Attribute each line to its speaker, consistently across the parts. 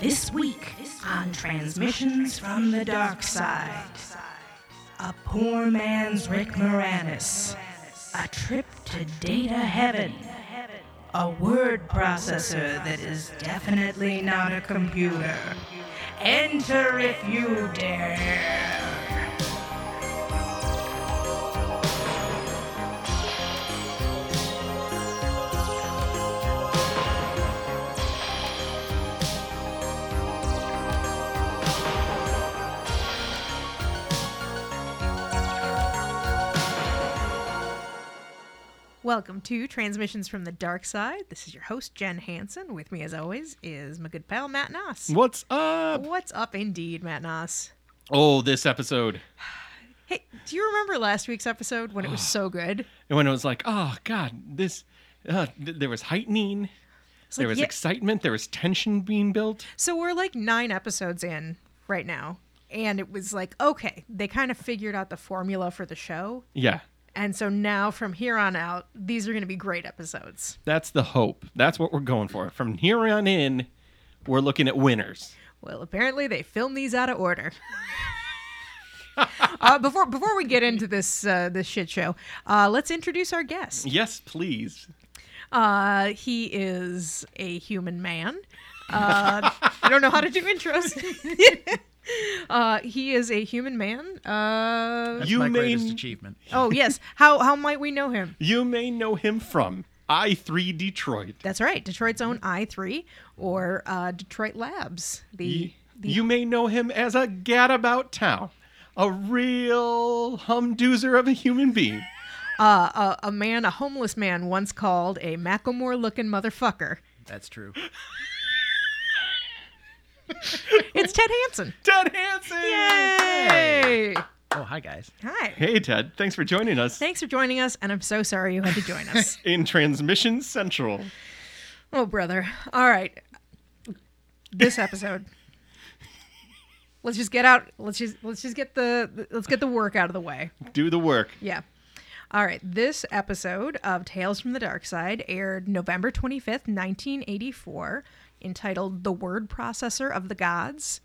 Speaker 1: This week on Transmissions from the Dark Side, a poor man's Rick Moranis, a trip to data heaven, a word processor that is definitely not a computer. Enter if you dare.
Speaker 2: Welcome to Transmissions from the Dark Side. This is your host, Jen Hansen. With me, as always, is my good pal, Matt Noss.
Speaker 3: What's up?
Speaker 2: What's up, indeed, Matt Noss?
Speaker 3: Oh, this episode.
Speaker 2: Hey, do you remember last week's episode when it was so good?
Speaker 3: And when it was like, oh God, this, uh, th- there was heightening,
Speaker 2: It's like,
Speaker 3: there was
Speaker 2: yeah-
Speaker 3: excitement, there was tension being built.
Speaker 2: so we're like nine episodes in right now, and it was like, okay, they kind of figured out the formula for the show.
Speaker 3: Yeah,
Speaker 2: And so now from here on out, these are going to be great episodes.
Speaker 3: that's the hope. That's what we're going for. From here on in, we're looking at winners.
Speaker 2: Well, apparently they filmed these out of order. uh, before before we get into this uh, this shit show, uh, let's introduce our guest.
Speaker 3: Yes, please.
Speaker 2: Uh, he is a human man. Uh, I don't know how to do intros. uh, he is a human man. Uh,
Speaker 3: You
Speaker 4: my
Speaker 3: may-
Speaker 4: greatest achievement.
Speaker 2: oh yes, how how might we know him?
Speaker 3: You may know him from I3 Detroit.
Speaker 2: That's right, Detroit's own I three or uh, Detroit Labs. The
Speaker 3: Y- You may know him as a gadabout town, a real humdoozer of a human being.
Speaker 2: uh, a, a man, a homeless man, once called a Macklemore looking motherfucker.
Speaker 4: That's true.
Speaker 2: It's Ted Hansen.
Speaker 3: Ted Hansen!
Speaker 2: Hey.
Speaker 4: Oh, hi guys.
Speaker 2: Hi.
Speaker 3: Hey, Ted. Thanks for joining us.
Speaker 2: Thanks for joining us, and I'm so sorry you had to join us.
Speaker 3: in Transmission Central.
Speaker 2: oh, brother. All right. This episode. Let's just get out. Let's just let's just get the the- let's get the work out of the way.
Speaker 3: Do the work.
Speaker 2: Yeah. All right. This episode of Tales from the Dark Side aired November 25th, 1984, entitled The Word Processor of the Gods,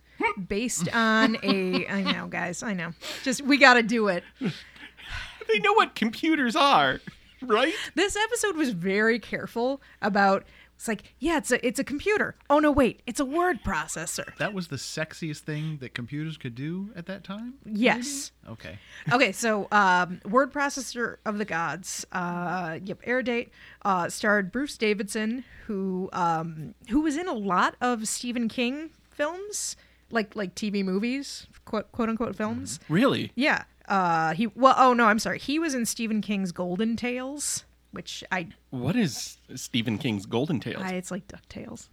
Speaker 2: based on a I know, guys, I know. Just we got to do it.
Speaker 3: They know what computers are, right?
Speaker 2: this episode was very careful about it's like yeah it's a it's a computer oh no wait it's a word processor
Speaker 4: That was the sexiest thing that computers could do at that time?
Speaker 2: yes
Speaker 4: Okay.
Speaker 2: okay so um, word processor of the gods uh, yep air date uh, starred bruce davidson who um, who was in a lot of stephen king films like like tv movies quote, quote unquote films
Speaker 3: Really?
Speaker 2: yeah uh, he well oh no i'm sorry he was in stephen king's golden tales which i,
Speaker 3: What is Stephen King's Golden Tales?
Speaker 2: I it's like ducktales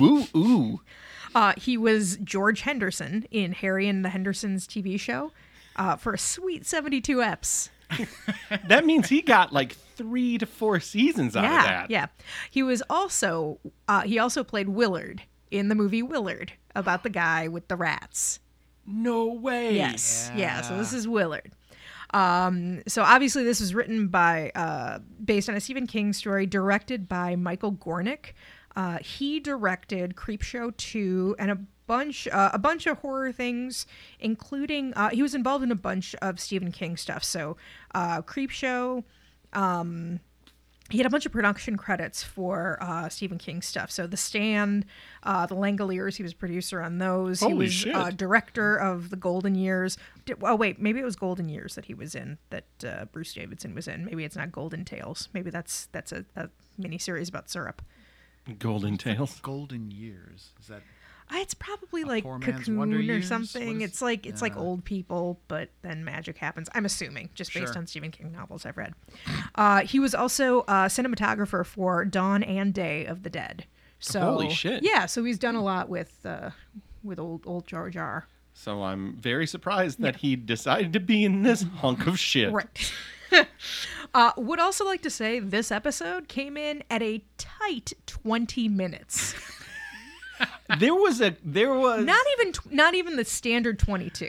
Speaker 3: Woo ooh.
Speaker 2: Uh, he was George Henderson in Harry and the Hendersons TV show uh, for a sweet 72 eps.
Speaker 3: That means he got like three to four seasons out
Speaker 2: yeah,
Speaker 3: of that.
Speaker 2: yeah. He was also uh, he also played Willard in the movie Willard about the guy with the rats.
Speaker 3: No way.
Speaker 2: Yes, yeah. So this is Willard. Um, so obviously this was written by uh, based on a Stephen King story, directed by Michael Gornick. Uh, he directed Creepshow two and a bunch uh, a bunch of horror things, including uh, he was involved in a bunch of Stephen King stuff. So uh, Creepshow. Um, he had a bunch of production credits for uh, Stephen King stuff. So The Stand, uh, The Langoliers, he was producer on those. he
Speaker 3: Holy
Speaker 2: was
Speaker 3: shit.
Speaker 2: Uh, director of the Golden Years. Di- oh wait, maybe it was Golden Years that he was in that uh, Bruce Davidson was in. Maybe it's not Golden Tales. Maybe that's that's a, a miniseries about syrup.
Speaker 3: Golden Tales.
Speaker 4: Golden years. Is that
Speaker 2: Uh, It's probably like
Speaker 4: Poor Man's Wonder
Speaker 2: Cocoon or
Speaker 4: Years?
Speaker 2: something.
Speaker 4: What is-
Speaker 2: it's like it's like
Speaker 4: Yeah.
Speaker 2: old people, but then magic happens. I'm assuming just based
Speaker 4: Sure.
Speaker 2: on Stephen King novels I've read. Uh, he was also uh, cinematographer for Dawn and Day of the Dead. So
Speaker 3: Holy shit.
Speaker 2: Yeah, so he's done a lot with uh, with old old Jar Jar.
Speaker 3: So I'm very surprised that he decided to be in this hunk of shit.
Speaker 2: Right. uh, would also like to say this episode came in at a tight 20 minutes.
Speaker 3: There was a there was
Speaker 2: Not even tw- not even the standard 22.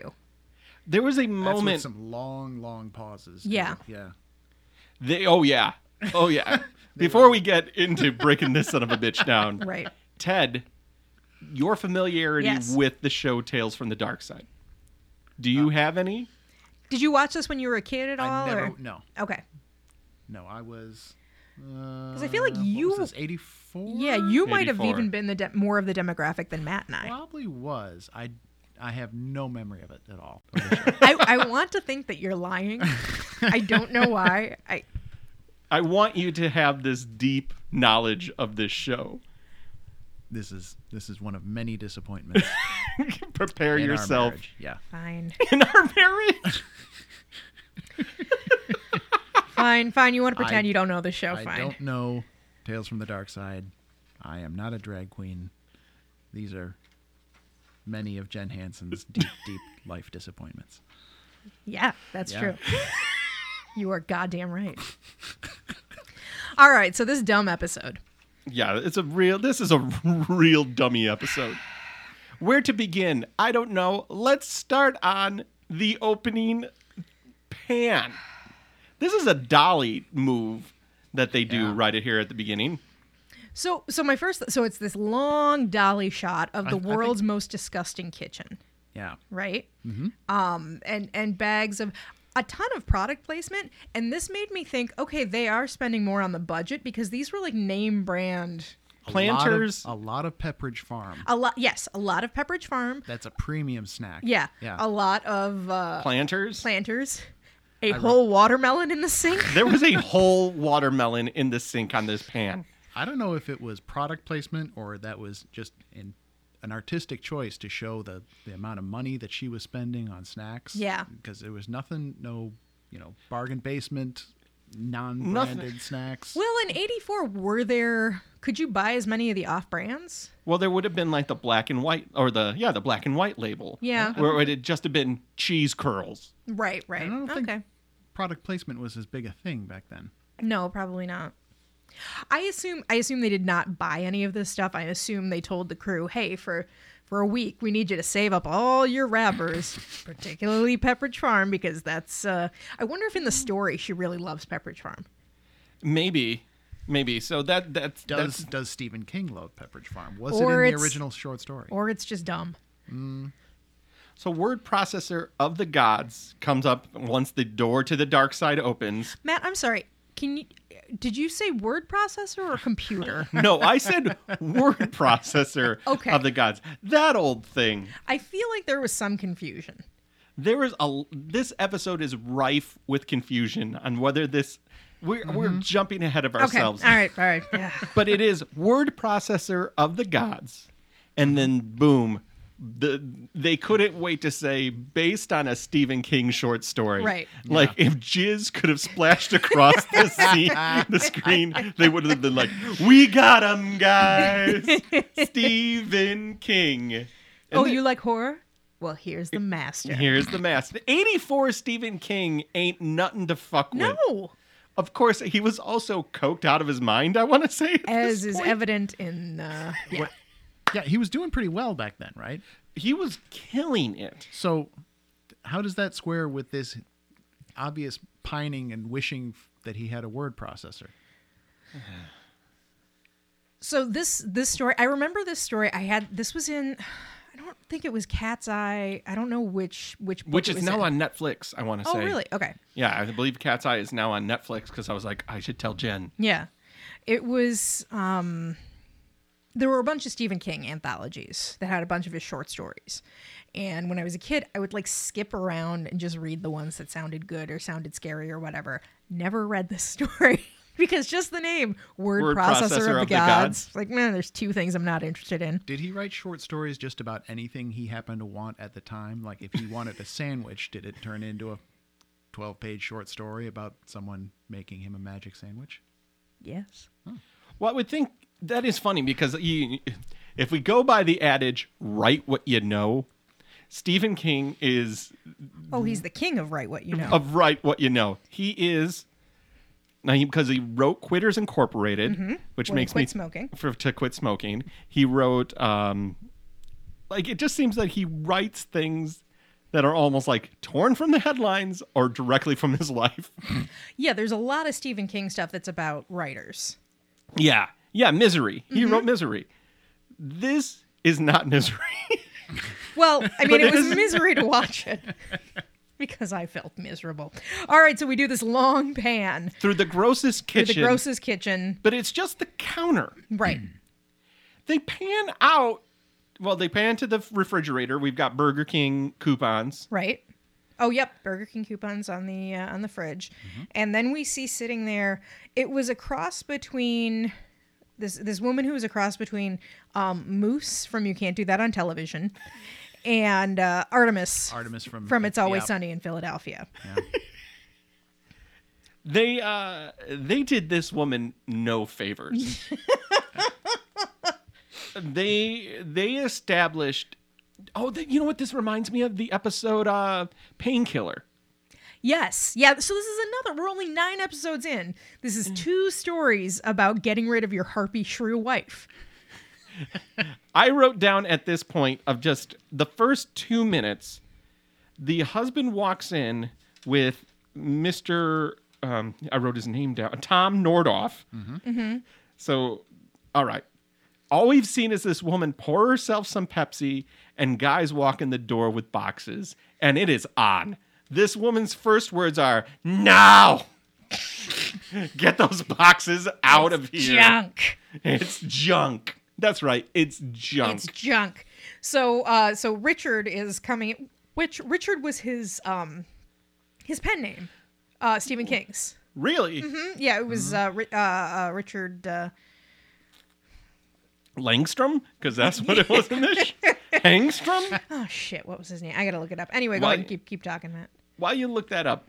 Speaker 3: there was a
Speaker 4: that's
Speaker 3: moment
Speaker 4: with some long, long pauses? 'cause
Speaker 2: Yeah.
Speaker 4: it- Yeah.
Speaker 3: they, oh yeah. Oh yeah. Before we get into breaking this son of a bitch down.
Speaker 2: Right.
Speaker 3: Ted, your familiarity
Speaker 2: Yes.
Speaker 3: with the show Tales from the Dark Side. Do you have any?
Speaker 2: Did you watch this when you were a kid at all?
Speaker 4: I never.
Speaker 2: or-
Speaker 4: No,
Speaker 2: Okay.
Speaker 4: no. I was. uh, Because
Speaker 2: I feel like you-
Speaker 4: eighty four.
Speaker 2: Yeah, you might have
Speaker 3: 84.
Speaker 2: even been the de- more of the demographic than Matt and I.
Speaker 4: probably was. I I have no memory of it at all.
Speaker 2: I, I want to think that you're lying. I don't know why. I
Speaker 3: I want you to have this deep knowledge of this show.
Speaker 4: this is this is one of many disappointments
Speaker 3: Prepare
Speaker 4: in our
Speaker 3: yourself
Speaker 4: marriage. Yeah.
Speaker 2: fine,
Speaker 3: in our marriage.
Speaker 2: fine, fine. You want to pretend
Speaker 4: I-
Speaker 2: you don't know the show?
Speaker 4: I
Speaker 2: fine.
Speaker 4: don't know Tales from the Dark Side. I am not a drag queen. These are many of Jen Hansen's deep, deep life disappointments.
Speaker 2: Yeah, that's
Speaker 4: Yeah.
Speaker 2: true. you are goddamn right. All right, so this dumb episode.
Speaker 3: Yeah, it's a real. This is a real dummy episode. Where to begin? I don't know. Let's start on the opening pan. This is a dolly move that they do
Speaker 4: Yeah.
Speaker 3: right at here at the beginning.
Speaker 2: So, so my first, so it's this long dolly shot of the
Speaker 4: I think-
Speaker 2: world's most disgusting kitchen,
Speaker 4: Yeah.
Speaker 2: right?
Speaker 4: Mm-hmm.
Speaker 2: Um, and and bags of a ton of product placement, and this made me think, okay, they are spending more on the budget because these were like name brand.
Speaker 4: A lot of-
Speaker 3: Planters.
Speaker 4: A lot of, Pepperidge Farm.
Speaker 2: A lot, yes, a lot of Pepperidge Farm.
Speaker 4: That's a premium snack.
Speaker 2: Yeah,
Speaker 4: Yeah.
Speaker 2: a lot of uh,
Speaker 3: Planters.
Speaker 2: planters, a whole watermelon in the sink.
Speaker 3: There was a whole watermelon in the sink on this pan.
Speaker 4: I don't know if it was product placement or that was just in, an artistic choice to show the, the amount of money that she was spending on snacks.
Speaker 2: Yeah.
Speaker 4: Because there was nothing, no, you know, bargain basement, non
Speaker 3: Nothing.
Speaker 4: branded snacks.
Speaker 2: Well, in '84, were there? Could you buy as many of the off brands?
Speaker 3: Well, there would have been like the black and white, or the yeah, the black and white label.
Speaker 2: Yeah.
Speaker 3: where it would have just have been cheese curls.
Speaker 2: Right, right.
Speaker 4: I don't
Speaker 2: okay.
Speaker 4: think product placement was as big a thing back then.
Speaker 2: No, probably not. I assume I assume they did not buy any of this stuff. I assume they told the crew, "Hey, for for a week, we need you to save up all your wrappers, particularly Pepperidge Farm, because that's." Uh, I wonder if in the story she really loves Pepperidge Farm.
Speaker 3: Maybe, maybe. So that that's
Speaker 4: Does
Speaker 3: that's
Speaker 4: does Stephen King love Pepperidge Farm? Was
Speaker 2: Or
Speaker 4: it in
Speaker 2: it's-
Speaker 4: the original short story?
Speaker 2: Or it's just dumb.
Speaker 3: So word processor of the gods comes up once the door to the dark side opens.
Speaker 2: Matt, I'm sorry. Can you? Did you say word processor or computer?
Speaker 3: No, I said word processor
Speaker 2: Okay.
Speaker 3: of the gods. That old thing.
Speaker 2: I feel like there was some confusion.
Speaker 3: There is a this episode is rife with confusion on whether this we're we're jumping ahead of ourselves.
Speaker 2: Mm-hmm. Okay. All right. All right. Yeah.
Speaker 3: But it is word processor of the gods. And then boom, the they couldn't wait to say based on a Stephen King short story.
Speaker 2: Right.
Speaker 3: Like if Jizz could have splashed across the scene, the screen, they would have been like, "We got him, guys." Stephen King. And
Speaker 2: oh,
Speaker 3: then
Speaker 2: you like horror? Well, here's the master.
Speaker 3: Here's the mask. 84 Stephen King ain't nothing to fuck with.
Speaker 2: No,
Speaker 3: Of course, he was also coked out of his mind, I want to say. at
Speaker 2: as
Speaker 3: this
Speaker 2: is
Speaker 3: point.
Speaker 2: evident in. Uh, yeah.
Speaker 4: What- Yeah, he was doing pretty well back then, right?
Speaker 3: He was killing it.
Speaker 4: So, how does that square with this obvious pining and wishing f- that he had a word processor?
Speaker 2: So this this story, I remember this story. I had this was in. I don't think it was Cat's Eye. I don't know which which book
Speaker 3: which
Speaker 2: it
Speaker 3: is
Speaker 2: was
Speaker 3: now
Speaker 2: in.
Speaker 3: on Netflix. I want to
Speaker 2: Oh,
Speaker 3: say.
Speaker 2: really? Okay.
Speaker 3: Yeah, I believe Cat's Eye is now on Netflix because I was like, I should tell Jen.
Speaker 2: Yeah, it was. Um, there were a bunch of Stephen King anthologies that had a bunch of his short stories, and when I was a kid, I would like skip around and just read the ones that sounded good or sounded scary or whatever. Never read this story because just the name, word,
Speaker 3: Word
Speaker 2: processor, of, the, gods.
Speaker 3: Gods.
Speaker 2: Like, man, there's two things I'm not interested in.
Speaker 4: Did he write short stories just about anything he happened to want at the time? Like, if he wanted a sandwich, did it turn into a 12 page short story about someone making him a magic sandwich?
Speaker 2: Yes.
Speaker 3: Well, I would think that is funny because you, if we go by the adage, write what you know, Stephen King is
Speaker 2: Oh, he's the king of write what you know.
Speaker 3: Mm-hmm. of write what you know. He is. Now, he, because he wrote Quitters Incorporated, which
Speaker 2: Mm-hmm. When he
Speaker 3: makes me
Speaker 2: quit smoking.
Speaker 3: for to quit smoking. He wrote, um, like it just seems that he writes things that are almost like torn from the headlines or directly from his life.
Speaker 2: yeah, there's a lot of Stephen King stuff that's about writers. Mm-hmm.
Speaker 3: Yeah. Yeah, Misery. He wrote Misery. This is not misery.
Speaker 2: Well, I mean, it was misery to watch it because I felt miserable. All right, so we do this long pan
Speaker 3: Through the grossest
Speaker 2: through
Speaker 3: kitchen.
Speaker 2: the grossest kitchen.
Speaker 3: but it's just the counter.
Speaker 2: Right.
Speaker 3: they pan out. Well, they pan to the refrigerator. We've got Burger King coupons.
Speaker 2: Right. Oh, yep, Burger King coupons on the uh, on the fridge,
Speaker 4: Mm-hmm.
Speaker 2: and then we see sitting there. It was a cross between this this woman who was a cross between um, Moose from You Can't Do That on Television, and uh, Artemis
Speaker 4: Artemis from
Speaker 2: from It's Always
Speaker 4: yeah.
Speaker 2: Sunny in Philadelphia.
Speaker 3: They uh they did this woman no favors. they they established Oh, they, you know what this reminds me of the episode uh Painkiller.
Speaker 2: Yes, yeah. So this is another. We're only nine episodes in. This is two stories about getting rid of your harpy shrew wife.
Speaker 3: I wrote down at this point of just the first 2 minutes the husband walks in with Mr. Um, I wrote his name down, Tom Nordoff.
Speaker 2: Mm-hmm.
Speaker 3: So, all right. All we've seen is this woman pour herself some Pepsi and guys walk in the door with boxes, and it is on. This woman's first words are, Now! Get those boxes out of here.
Speaker 2: Junk.
Speaker 3: It's junk. That's right. It's junk.
Speaker 2: It's junk. So uh so Richard is coming which Richard was his um his pen name. Uh Stephen King's.
Speaker 3: really?
Speaker 2: Hmm, Yeah, it was uh, Ri- uh, uh Richard uh
Speaker 3: Langstrom? Because that's what it was in this. sh- Hangstrom?
Speaker 2: oh shit, what was his name? I got to look it up. Anyway, go
Speaker 3: Why-
Speaker 2: ahead and keep keep talking Matt.
Speaker 3: While you look that up,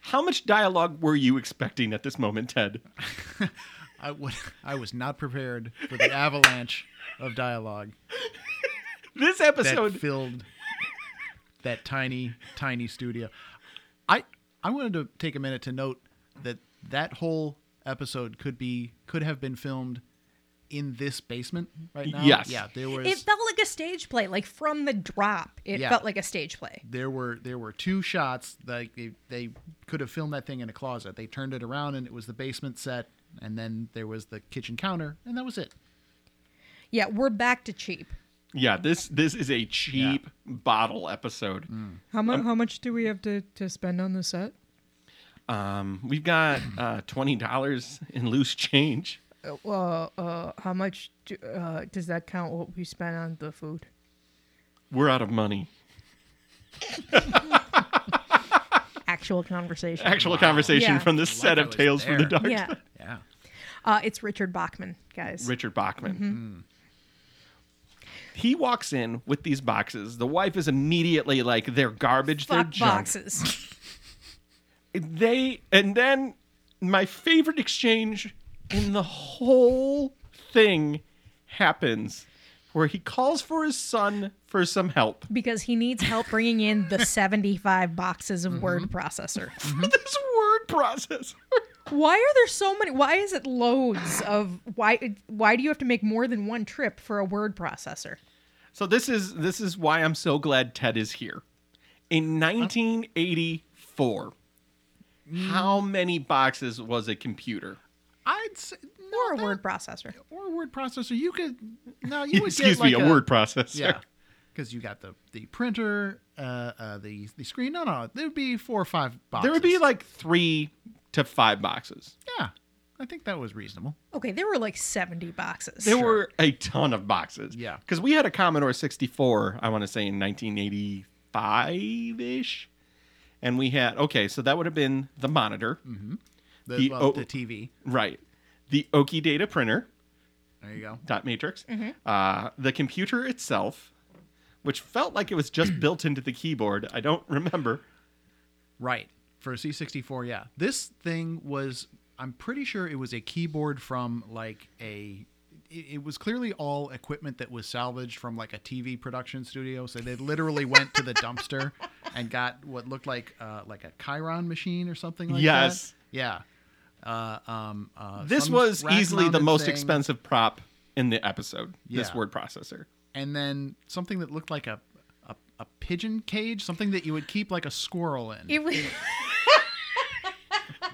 Speaker 3: how much dialogue were you expecting at this moment, Ted?
Speaker 4: I would. I was not prepared for the avalanche of dialogue
Speaker 3: This
Speaker 4: that
Speaker 3: episode.
Speaker 4: filled that tiny, tiny studio. I I wanted to take a minute to note that that whole episode could be could have been filmed in this basement right now.
Speaker 3: Yes.
Speaker 4: Yeah. There was.
Speaker 2: It felt like a stage play, like from the drop. It
Speaker 4: Yeah.
Speaker 2: felt like a stage play.
Speaker 4: there were there were two shots like they, they could have filmed that thing in a closet they turned it around and it was the basement set and then there was the kitchen counter and that was it
Speaker 2: Yeah, we're back to cheap.
Speaker 3: yeah, this this is a cheap bottle episode.
Speaker 4: Mm.
Speaker 2: How much how much do we have to to spend on the set?
Speaker 3: Um, we've got uh, twenty dollars in loose change.
Speaker 2: Uh, uh, how much do, uh, does that count what we spent on the food?
Speaker 3: We're out of money.
Speaker 2: Actual conversation.
Speaker 3: Actual conversation
Speaker 2: Yeah.
Speaker 3: from this set
Speaker 4: I
Speaker 3: of
Speaker 4: was
Speaker 3: Tales from the
Speaker 4: there.
Speaker 3: Dark.
Speaker 2: Yeah.
Speaker 4: yeah
Speaker 2: Uh, it's Richard Bachman, guys.
Speaker 3: Richard Bachman. He walks in with these boxes. The wife is immediately like, "They're garbage. they're
Speaker 2: Fuck
Speaker 3: junk."
Speaker 2: boxes.
Speaker 3: They and then my favorite exchange in the whole thing happens, where he calls for his son for some help.
Speaker 2: because he needs help bringing in the 75 boxes of word
Speaker 3: Mm-hmm.
Speaker 2: processor.
Speaker 3: this word processor.
Speaker 2: Why are there so many? Why is it loads of why why do you have to make more than one trip for a word processor?
Speaker 3: So this is this is why I'm so glad Ted is here. In 1984, how many boxes was a computer?
Speaker 4: i'd say no,
Speaker 2: Or a
Speaker 4: that-
Speaker 2: word processor.
Speaker 4: or a word processor you could no you would
Speaker 3: Excuse
Speaker 4: get like
Speaker 3: me, a, word processor.
Speaker 4: yeah because you got the the printer uh, uh the the screen no no there would be four or five boxes
Speaker 3: There would be like three to five boxes.
Speaker 4: yeah i think that was reasonable
Speaker 2: Okay, there were like 70 boxes.
Speaker 3: There were a ton of boxes.
Speaker 4: Yeah.
Speaker 3: Because we had a Commodore 64, I want to say in 1985 ish. And we had, okay, so that would have been the monitor.
Speaker 4: Mm. the,
Speaker 3: The-
Speaker 4: well,
Speaker 3: oh.
Speaker 4: the tv
Speaker 3: Right. The Oki data printer,
Speaker 4: there you go
Speaker 3: dot matrix.
Speaker 4: Mm-hmm.
Speaker 3: Uh, the computer itself, which felt like it was just built into the keyboard. I don't remember.
Speaker 4: Right. For a C64, yeah. This thing was, I'm pretty sure it was a keyboard from like a. It it was clearly all equipment that was salvaged from like a TV production studio. So they literally went to the dumpster and got what looked like uh, like a Chiron machine or something like
Speaker 3: Yes.
Speaker 4: that. Yes. Yeah. Uh, um, uh,
Speaker 3: This
Speaker 4: some
Speaker 3: was
Speaker 4: rack
Speaker 3: easily the
Speaker 4: mounted
Speaker 3: most
Speaker 4: thing,
Speaker 3: expensive prop in the episode, this
Speaker 4: Yeah.
Speaker 3: word processor.
Speaker 4: And then something that looked like a, a, a pigeon cage, something that you would keep like a squirrel in.
Speaker 2: It was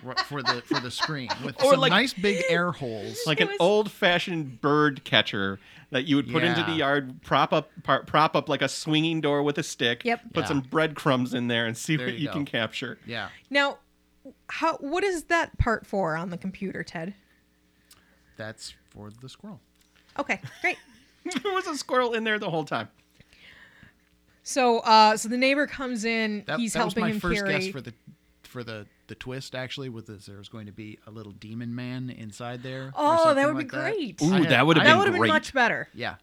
Speaker 4: r- for the for the screen with
Speaker 3: Or
Speaker 4: some
Speaker 3: like-
Speaker 4: nice big air holes.
Speaker 3: like an old fashioned bird catcher that you would put into the
Speaker 4: Yeah.
Speaker 3: yard, prop up par- prop up like a swinging door with a stick.
Speaker 2: Yep.
Speaker 3: Put
Speaker 4: Yeah.
Speaker 3: some breadcrumbs in there and see
Speaker 4: There
Speaker 3: what
Speaker 4: you
Speaker 3: you
Speaker 4: go.
Speaker 3: can capture.
Speaker 4: yeah,
Speaker 2: Now, how what is that part for on the computer, Ted?
Speaker 4: that's for the squirrel.
Speaker 2: Okay, great.
Speaker 3: there was a squirrel in there the whole time.
Speaker 2: So, uh, so the neighbor comes in.
Speaker 4: That,
Speaker 2: he's
Speaker 4: that was
Speaker 2: helping
Speaker 4: my
Speaker 2: him
Speaker 4: first
Speaker 2: carry.
Speaker 4: guess for the for the the twist actually was that there was going to be a little demon man inside there. or
Speaker 2: Oh, that
Speaker 4: something
Speaker 2: would be
Speaker 4: like that.
Speaker 2: great.
Speaker 3: Ooh,
Speaker 4: I had-
Speaker 3: that would have
Speaker 4: I-
Speaker 2: that
Speaker 3: been
Speaker 2: would have been
Speaker 3: great.
Speaker 2: much better.
Speaker 4: Yeah.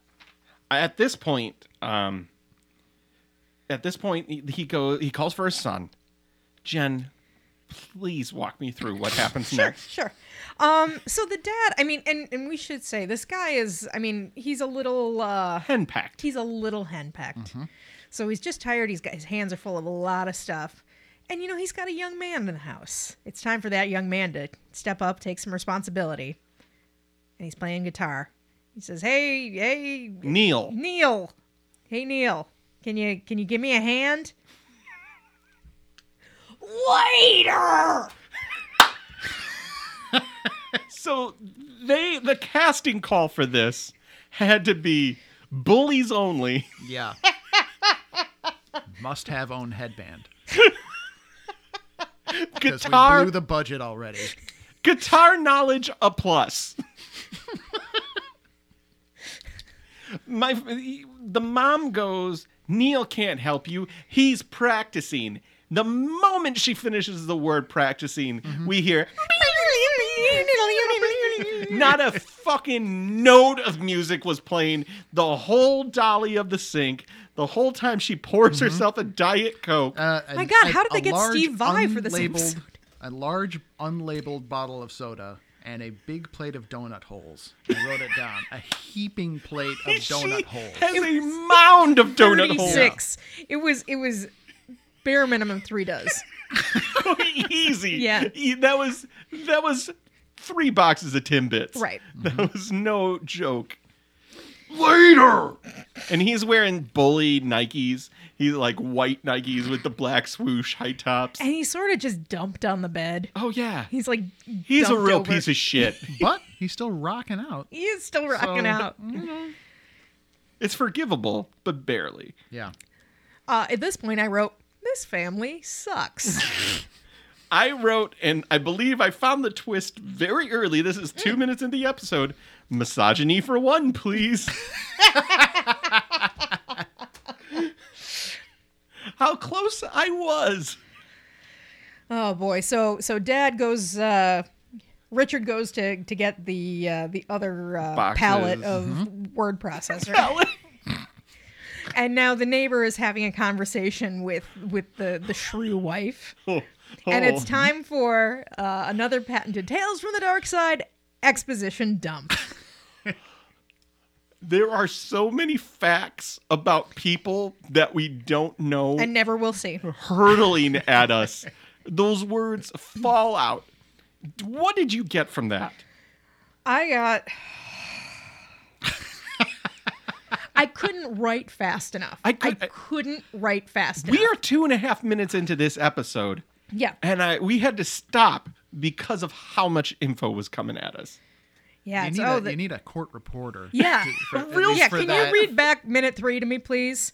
Speaker 3: At this point, um, at this point, he- he goes. He calls for his son, Jen. Please walk me through what happens
Speaker 2: Sure,
Speaker 3: next.
Speaker 2: sure. Um, so the dad, I mean, and and we should say this guy is, I mean, he's a little, uh,
Speaker 3: Henpecked.
Speaker 2: he's a little henpecked.
Speaker 3: Mm-hmm.
Speaker 2: So he's just tired. He's got his hands are full of a lot of stuff, and you know he's got a young man in the house. It's time for that young man to step up, take some responsibility. And he's playing guitar. He says, "Hey, hey,
Speaker 3: Neil.
Speaker 2: Mm-hmm. Neil. Hey Neil, can you can you give me a hand? Later.
Speaker 3: So they the casting call for this had to be bullies only.
Speaker 4: Yeah. Must have own headband. Because we
Speaker 3: Guitar
Speaker 4: blew the budget already.
Speaker 3: guitar knowledge a plus. My the mom goes, "Neil can't help you. He's practicing." The moment she finishes the word practicing,
Speaker 4: Mm-hmm.
Speaker 3: we hear not a fucking note of music was playing the whole dolly of the sink the whole time she pours
Speaker 4: Mm-hmm.
Speaker 3: herself a diet coke
Speaker 4: Uh,
Speaker 2: My
Speaker 4: a-
Speaker 2: God,
Speaker 4: a-
Speaker 2: how did they
Speaker 4: a
Speaker 2: get
Speaker 4: large
Speaker 2: Steve Vai for this
Speaker 4: unlabeled-
Speaker 2: episode?
Speaker 4: A large unlabeled bottle of soda and a big plate of donut holes. I wrote it down. A heaping plate of donut
Speaker 3: she
Speaker 4: holes.
Speaker 3: has a mound of donut holes
Speaker 2: 36. It was it was bare minimum three does.
Speaker 3: easy.
Speaker 2: Yeah.
Speaker 3: E- That was that was three boxes of Timbits.
Speaker 2: Right.
Speaker 3: That was no joke. Later. And he's wearing bully Nikes. He's like white Nikes with the black swoosh high tops.
Speaker 2: And he sort of just dumped on the bed.
Speaker 3: Oh yeah.
Speaker 2: He's like
Speaker 3: He's a
Speaker 2: dumped
Speaker 3: real
Speaker 2: over.
Speaker 3: piece of shit.
Speaker 4: But he's still rocking out.
Speaker 2: He is still rocking
Speaker 4: So-
Speaker 2: out.
Speaker 3: It's forgivable, but barely.
Speaker 4: Yeah.
Speaker 2: Uh, at this point, I wrote, "This family sucks."
Speaker 3: I wrote, and I believe I found the twist very early. This is two minutes into the episode. Misogyny for one, please. How close I was.
Speaker 2: Oh boy. So so dad goes uh Richard goes to to get the uh the other uh,
Speaker 3: Boxes.
Speaker 2: palette of word processor. and now the neighbor is having a conversation with with the the shrew wife. And it's time for uh, another patented Tales from the Dark Side exposition dump.
Speaker 3: There are so many facts about people that we don't know
Speaker 2: And never will see.
Speaker 3: hurtling at us. Those words fall out. What did you get from that?
Speaker 2: I got I couldn't write fast enough.
Speaker 3: I could- I-
Speaker 2: couldn't write fast enough.
Speaker 3: We are two and a half minutes into this episode.
Speaker 2: yeah.
Speaker 3: and I we had to stop because of how much info was coming at us.
Speaker 2: Yeah.
Speaker 4: You
Speaker 2: it's-
Speaker 4: need,
Speaker 2: oh,
Speaker 4: a,
Speaker 2: the-
Speaker 4: you need a court reporter.
Speaker 2: Yeah.
Speaker 4: to- for- at
Speaker 3: Real-
Speaker 4: least
Speaker 2: yeah,
Speaker 4: for
Speaker 2: can
Speaker 4: that.
Speaker 2: you read back minute three to me, please?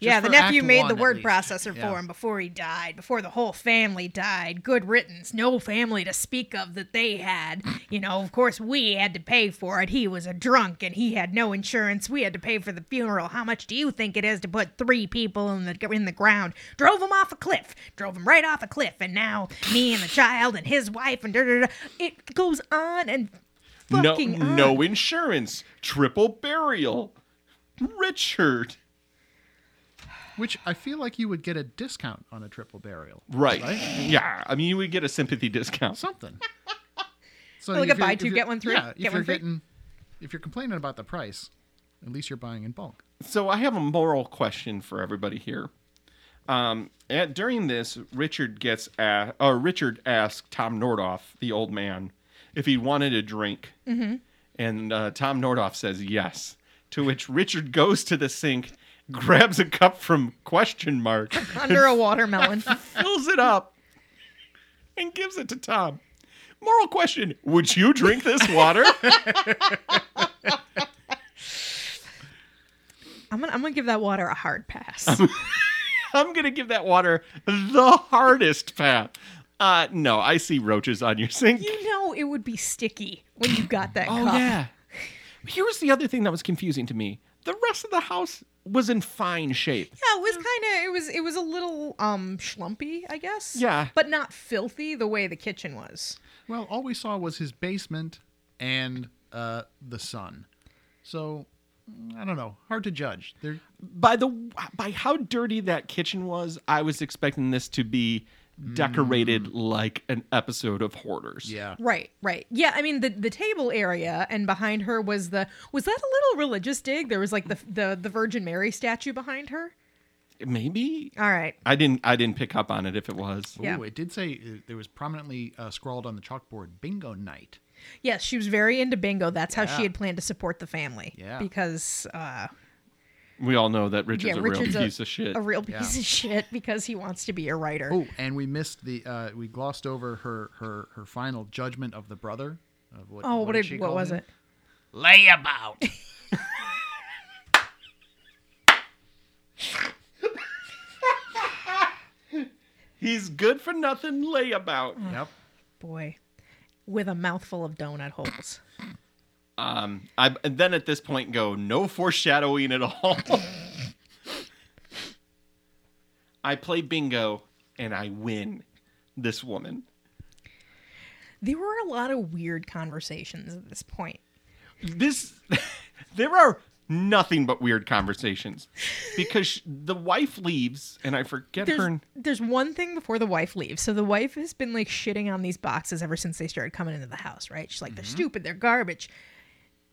Speaker 2: yeah, the
Speaker 4: for
Speaker 2: nephew
Speaker 4: Act
Speaker 2: made
Speaker 4: One,
Speaker 2: the
Speaker 4: at
Speaker 2: word
Speaker 4: least.
Speaker 2: processor
Speaker 4: Yeah.
Speaker 2: for him before he died, before the whole family died. Good riddance. No family to speak of that they had. You know, of course, we had to pay for it. He was a drunk and he had no insurance. We had to pay for the funeral. How much do you think it is to put three people in the in the ground? Drove him off a cliff. Drove him right off a cliff. And now me and the child and his wife and da da da. It goes on and fucking
Speaker 3: no,
Speaker 2: on.
Speaker 3: no insurance, triple burial, Richard.
Speaker 4: Which I feel like you would get a discount on a triple burial.
Speaker 3: Right.
Speaker 4: Right?
Speaker 3: Yeah. I mean, you would get a sympathy discount.
Speaker 4: something. So
Speaker 2: Like
Speaker 4: if
Speaker 2: a
Speaker 4: you're-
Speaker 2: buy
Speaker 4: if
Speaker 2: two,
Speaker 4: you're-
Speaker 2: get one free?
Speaker 4: Yeah, if
Speaker 2: Get
Speaker 4: you're
Speaker 2: one free?
Speaker 4: getting, if you're complaining about the price, at least you're buying in bulk.
Speaker 3: So I have a moral question for everybody here. Um, at, during this, Richard gets a, or Richard asked Tom Nordoff, the old man, if he wanted a drink, and uh, Tom Nordoff says yes. To which Richard goes to the sink, grabs a cup from question mark,
Speaker 2: under a watermelon.
Speaker 3: fills it up and gives it to Tom. Moral question Would you drink this water?
Speaker 2: I'm gonna, I'm gonna give that water a hard pass.
Speaker 3: I'm going to give that water the hardest path. Uh, no, I see roaches on your sink.
Speaker 2: you know it would be sticky when you got that
Speaker 3: Oh
Speaker 2: cup.
Speaker 3: yeah. Here was the other thing that was confusing to me. The rest of the house was in fine shape.
Speaker 2: Yeah, it was kind of it was it was a little um schlumpy, I guess.
Speaker 3: Yeah.
Speaker 2: but not filthy the way the kitchen was.
Speaker 4: Well, all we saw was his basement and uh, the sun. So mm, I don't know. Hard to judge. There,
Speaker 3: By the by how dirty that kitchen was, I was expecting this to be
Speaker 2: Mm.
Speaker 3: decorated like an episode of Hoarders.
Speaker 4: yeah.
Speaker 2: Right, right. Yeah, I mean the the table area and behind her was the was that a little religious dig? There was like the the the Virgin Mary statue behind her.
Speaker 3: Maybe
Speaker 2: All right.
Speaker 3: I didn't I didn't pick up on it if it was.
Speaker 2: Yeah.
Speaker 4: Ooh, it did say uh, there was prominently uh, scrawled on the chalkboard "Bingo Night."
Speaker 2: Yes, she was very into bingo. That's how
Speaker 4: Yeah.
Speaker 2: she had planned to support the family.
Speaker 4: Yeah.
Speaker 2: Because uh
Speaker 3: We all know that Richard's
Speaker 2: yeah,
Speaker 3: a
Speaker 2: Richard's
Speaker 3: real piece of shit.
Speaker 2: a real piece
Speaker 4: Yeah.
Speaker 2: of shit because he wants to be a writer.
Speaker 4: Oh, and we missed the uh, we glossed over her her her final judgment of the brother. Of what,
Speaker 2: Oh, what,
Speaker 4: did
Speaker 2: did,
Speaker 4: she
Speaker 2: what
Speaker 4: call
Speaker 2: was
Speaker 4: him?
Speaker 2: it?
Speaker 4: Layabout.
Speaker 3: He's good for nothing layabout.
Speaker 4: yep.
Speaker 2: Boy, with a mouthful of donut holes.
Speaker 3: I and then at this point go no foreshadowing at all. I play bingo and I win this woman.
Speaker 2: There were a lot of weird conversations at this point.
Speaker 3: This there are nothing but weird conversations because sh- the wife leaves and I forget her.
Speaker 2: There's,
Speaker 3: n-
Speaker 2: there's one thing before the wife leaves. So the wife has been like shitting on these boxes ever since they started coming into the house, right? She's like, they're
Speaker 4: Mm-hmm.
Speaker 2: stupid, they're garbage.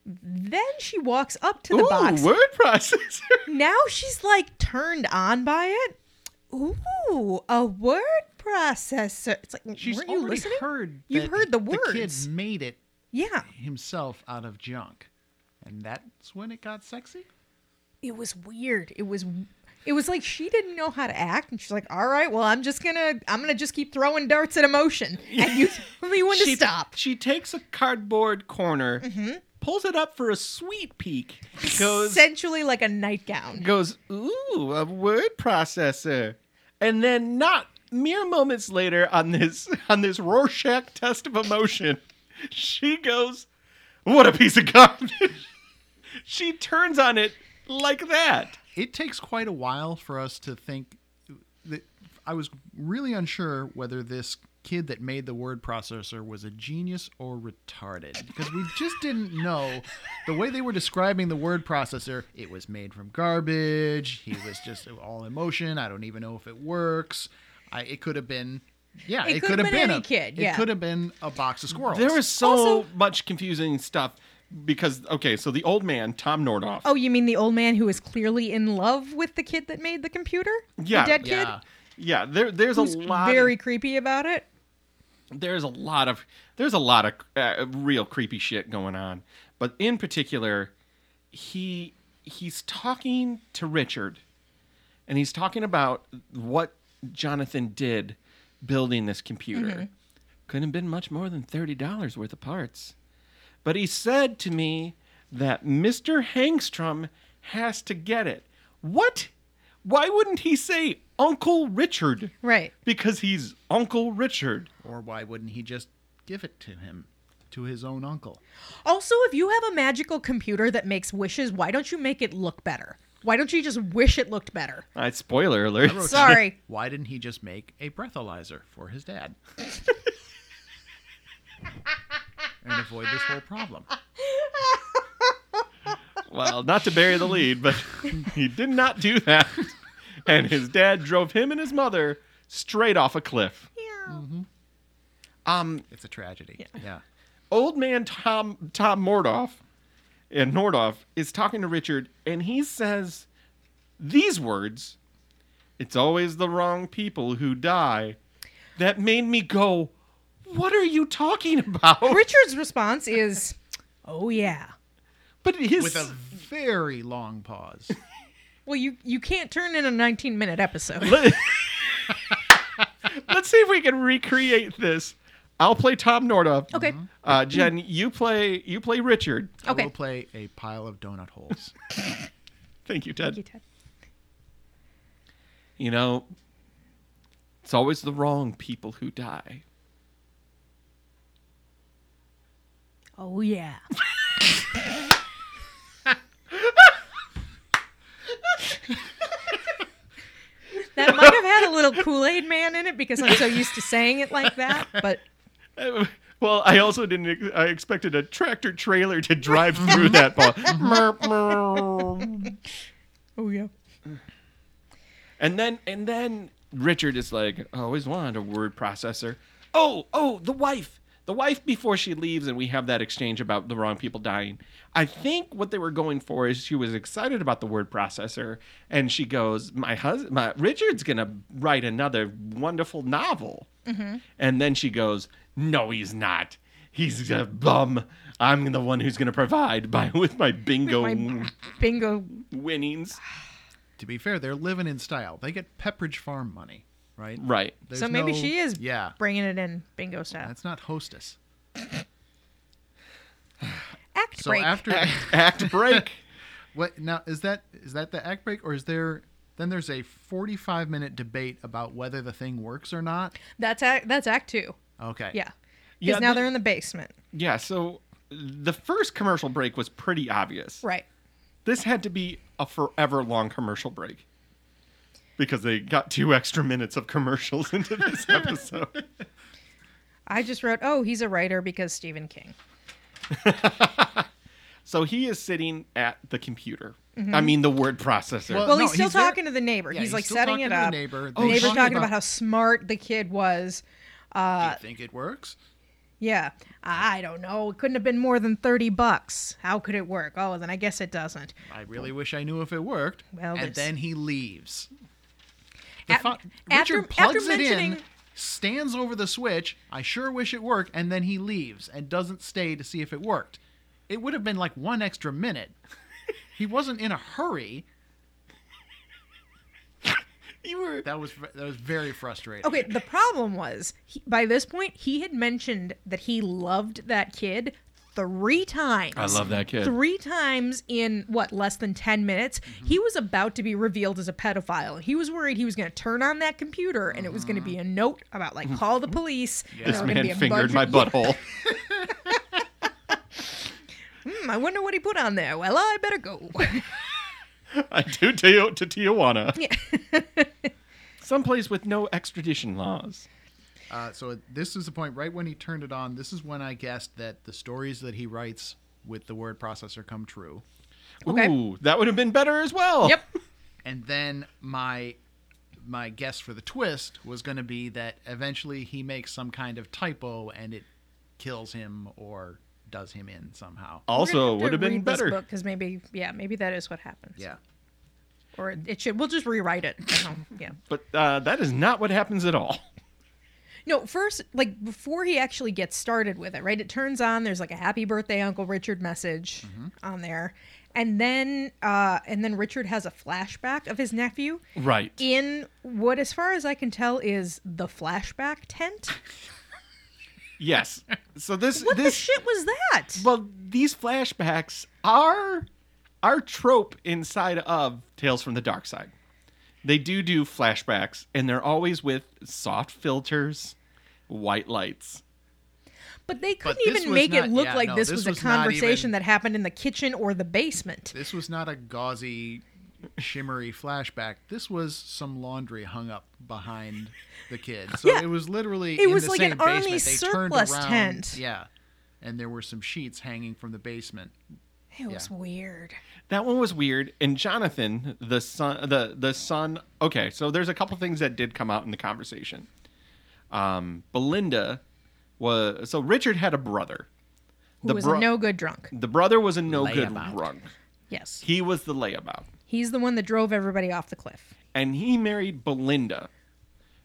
Speaker 2: Then she walks up to the
Speaker 3: Ooh,
Speaker 2: box.
Speaker 3: word processor.
Speaker 2: Now she's like turned on by it. Ooh, a word processor. It's like,
Speaker 4: She's
Speaker 2: weren't
Speaker 4: already
Speaker 2: you listening?
Speaker 4: heard.
Speaker 2: You
Speaker 4: that
Speaker 2: heard the
Speaker 4: The kid
Speaker 2: words.
Speaker 4: made it
Speaker 2: yeah.
Speaker 4: himself out of junk, and that's when it got sexy.
Speaker 2: it was weird. It was it was like she didn't know how to act and she's like, "All right, well, I'm just going to I'm going to just keep throwing darts at emotion." And you tell me when to stop. Mm-hmm.
Speaker 3: She takes a cardboard corner, pulls it up for a sweet peek, goes
Speaker 2: Essentially like a nightgown.
Speaker 3: goes, Ooh, a word processor. And then not mere moments later on this on this Rorschach test of emotion, she goes, What a piece of garbage. she turns on it like that.
Speaker 4: it takes quite a while for us to think that I was really unsure whether this kid that made the word processor was a genius or retarded because we just didn't know the way they were describing the word processor it was made from garbage he was just all emotion i don't even know if it works I, it could have been yeah
Speaker 2: It
Speaker 4: it,
Speaker 2: could
Speaker 4: could
Speaker 2: have
Speaker 4: have
Speaker 2: been
Speaker 4: been,
Speaker 2: any
Speaker 4: a
Speaker 2: kid, yeah.
Speaker 4: it could have been a box of squirrels
Speaker 3: There was so
Speaker 2: Also-
Speaker 3: much confusing stuff because okay, so the old man, Tom Nordoff.
Speaker 2: Oh, you mean the old man who is clearly in love with the kid that made the computer?
Speaker 3: Yeah.
Speaker 2: The dead kid?
Speaker 4: yeah
Speaker 3: Yeah, there there's
Speaker 2: Who's
Speaker 3: a lot of-
Speaker 2: very creepy about it.
Speaker 3: there's a lot of there's a lot of uh, real creepy shit going on but in particular he he's talking to richard and he's talking about what jonathan did building this computer couldn't have been much more than $30 worth of parts but he said to me that mr hangstrom has to get it what why wouldn't he say uncle richard
Speaker 2: Right.
Speaker 3: because he's uncle richard
Speaker 4: or why wouldn't he just give it to him to his own uncle
Speaker 2: Also, if you have a magical computer that makes wishes, why don't you make it look better? Why don't you just wish it looked better?
Speaker 3: All right, spoiler alert.
Speaker 4: wrote-
Speaker 2: Sorry.
Speaker 4: Why didn't he just make a breathalyzer for his dad? and avoid this whole problem.
Speaker 3: well, not to bury the lead, but he did not do that. And his dad drove him and his mother straight off a cliff. Mm-hmm. Um,
Speaker 4: It's a tragedy. Yeah.
Speaker 3: old man Tom Tom Mordoff and Nordoff is talking to Richard, and he says these words: "It's always the wrong people who die." That made me go, "What are you talking about?"
Speaker 2: Richard's response is, "Oh yeah."
Speaker 3: But his
Speaker 4: With a very long pause.
Speaker 2: Well, you you can't turn in a 19 minute episode.
Speaker 3: Let, us see if we can recreate this. I'll play Tom Nordoff.
Speaker 2: Okay.
Speaker 3: Uh, Jen, you play you play Richard.
Speaker 2: Okay.
Speaker 4: Mm-hmm. I will play a pile of donut holes.
Speaker 3: Thank you,
Speaker 2: Thank you,
Speaker 3: Ted.
Speaker 2: Ted.
Speaker 3: You know, it's always the wrong people who die.
Speaker 2: Oh yeah. that might have had a little Kool Aid Man in it because I'm so used to saying it like that. But
Speaker 3: Uh, Well, I also didn't. ex- I expected a tractor trailer to drive through that ball, Merp, merp.
Speaker 2: oh yeah.
Speaker 3: and then and then Richard is like, "I always wanted a word processor." Oh, oh, the wife, the wife before she leaves, and we have that exchange about the wrong people dying. I think what they were going for is she was excited about the word processor, and she goes, "My husband, my Richard's gonna write another wonderful novel," and then she goes, "No, he's not." He's a bum. I'm the one who's going to provide by with my bingo
Speaker 2: My
Speaker 4: Mm.
Speaker 2: bingo.
Speaker 3: winnings.
Speaker 4: to be fair, they're living in style. They get Pepperidge Farm money, right?
Speaker 3: Right.
Speaker 4: There's
Speaker 2: so maybe
Speaker 4: no-
Speaker 2: she is
Speaker 4: Yeah,
Speaker 2: bringing it in bingo style.
Speaker 4: that's not hostess.
Speaker 2: Act
Speaker 4: So
Speaker 2: break.
Speaker 4: after
Speaker 3: Act break.
Speaker 4: what now is that is that the act break or is there then there's a 45 minute debate about whether the thing works or not?
Speaker 2: that's act, that's Act Two.
Speaker 4: Okay.
Speaker 2: Yeah. Because
Speaker 3: Yeah,
Speaker 2: now
Speaker 3: the-
Speaker 2: they're in the basement.
Speaker 3: Yeah, so the first commercial break was pretty obvious.
Speaker 2: Right.
Speaker 3: This had to be a forever long commercial break because they got two extra minutes of commercials into this episode.
Speaker 2: I just wrote, oh, he's a writer because Stephen King.
Speaker 3: so he is sitting at the computer. I mean, the word processor.
Speaker 4: Well,
Speaker 2: Mm-hmm. Well,
Speaker 4: no,
Speaker 2: he's still
Speaker 4: he's there-
Speaker 2: talking to the neighbor.
Speaker 4: Yeah,
Speaker 2: he's,
Speaker 4: he's
Speaker 2: like
Speaker 4: still
Speaker 2: setting
Speaker 4: talking
Speaker 2: it
Speaker 4: to the
Speaker 2: up.
Speaker 4: neighbor.
Speaker 2: The
Speaker 4: They
Speaker 2: neighbor's
Speaker 4: talk
Speaker 2: talking about
Speaker 4: about-
Speaker 2: how smart the kid was. Uh,
Speaker 4: Do you think it works?
Speaker 2: Yeah. I don't know. It couldn't have been more than 30 bucks. How could it work? Oh, then I guess it doesn't.
Speaker 4: I really wish I knew if it worked.
Speaker 2: Well,
Speaker 4: and
Speaker 2: it's-
Speaker 4: then he leaves. The
Speaker 2: At-
Speaker 4: fi-
Speaker 2: after-
Speaker 4: Richard plugs
Speaker 2: after
Speaker 4: it in,
Speaker 2: mentioning-
Speaker 4: stands over the switch. I sure wish it worked, and then he leaves and doesn't stay to see if it worked. It would have been like one extra minute. he wasn't in a hurry.
Speaker 3: you were
Speaker 4: That was that was very frustrating.
Speaker 2: Okay, the problem was he, by this point, he had mentioned that he loved that kid three times.
Speaker 3: I love that kid.
Speaker 2: Three times in what, less than 10 minutes?
Speaker 4: Mm-hmm.
Speaker 2: He was about to be revealed as a pedophile. He was worried he was going to turn on that computer and it was going to
Speaker 4: Mm-hmm.
Speaker 2: be a note about, like, call the police. and there
Speaker 3: this
Speaker 2: were gonna be
Speaker 3: man
Speaker 2: a bunch
Speaker 3: fingered my
Speaker 2: of-
Speaker 3: butthole.
Speaker 2: Hmm, I wonder what he put on there. Well, I better go.
Speaker 3: I do to, to Tijuana. Someplace with no extradition laws.
Speaker 4: Uh, so this is the point right when he turned it on. This is when I guessed that the stories that he writes with the word processor come true.
Speaker 2: Okay.
Speaker 3: Ooh, that would have been better as well.
Speaker 2: yep.
Speaker 4: and then my my guess for the twist was going to be that eventually he makes some kind of typo and it kills him or does him in somehow.
Speaker 2: Oh.
Speaker 3: Also, would have been
Speaker 2: Read this
Speaker 3: better.
Speaker 2: book because maybe, yeah, maybe that is what happens.
Speaker 4: Yeah.
Speaker 2: Or it should. We'll just rewrite it. you know, yeah.
Speaker 3: But uh, that is not what happens at all.
Speaker 2: No, first, like before he actually gets started with it, right? It turns on. There's like a "Happy Birthday, Uncle Richard" message on there, and then uh, and then Richard has a flashback of his nephew
Speaker 3: Right.
Speaker 2: in what, as far as I can tell, is the flashback tent.
Speaker 3: Yes. So this
Speaker 2: What the
Speaker 3: this
Speaker 2: shit was that?
Speaker 3: well these flashbacks are are trope inside of Tales from the Dark Side. They do do flashbacks and they're always with soft filters, white lights.
Speaker 2: But they couldn't
Speaker 4: this
Speaker 2: even
Speaker 4: was
Speaker 2: make
Speaker 4: not-
Speaker 2: it look
Speaker 4: yeah,
Speaker 2: like
Speaker 4: no,
Speaker 2: this,
Speaker 4: this
Speaker 2: was a
Speaker 4: was not
Speaker 2: conversation
Speaker 4: even-
Speaker 2: that happened in the kitchen or the basement.
Speaker 4: This was not a gauzy shimmery flashback. This was some laundry hung up behind the kid. So
Speaker 2: Yeah.
Speaker 4: it was literally
Speaker 2: It
Speaker 4: in
Speaker 2: was
Speaker 4: the
Speaker 2: like
Speaker 4: same
Speaker 2: an army
Speaker 4: basement. they turned
Speaker 2: surplus
Speaker 4: around,
Speaker 2: tent.
Speaker 4: Yeah. And there were some sheets hanging from the basement.
Speaker 2: It was weird.
Speaker 3: That one was weird. And Jonathan, the son, the the son. Okay, so there's a couple things that did come out in the conversation. Um, Belinda was so Richard had a brother.
Speaker 2: Who
Speaker 3: The
Speaker 2: was
Speaker 3: bro-
Speaker 2: a no good drunk.
Speaker 3: The brother was a no good
Speaker 4: Layabout.
Speaker 3: drunk.
Speaker 2: Yes.
Speaker 3: He was the layabout.
Speaker 2: He's the one that drove everybody off the cliff.
Speaker 3: and he married Belinda,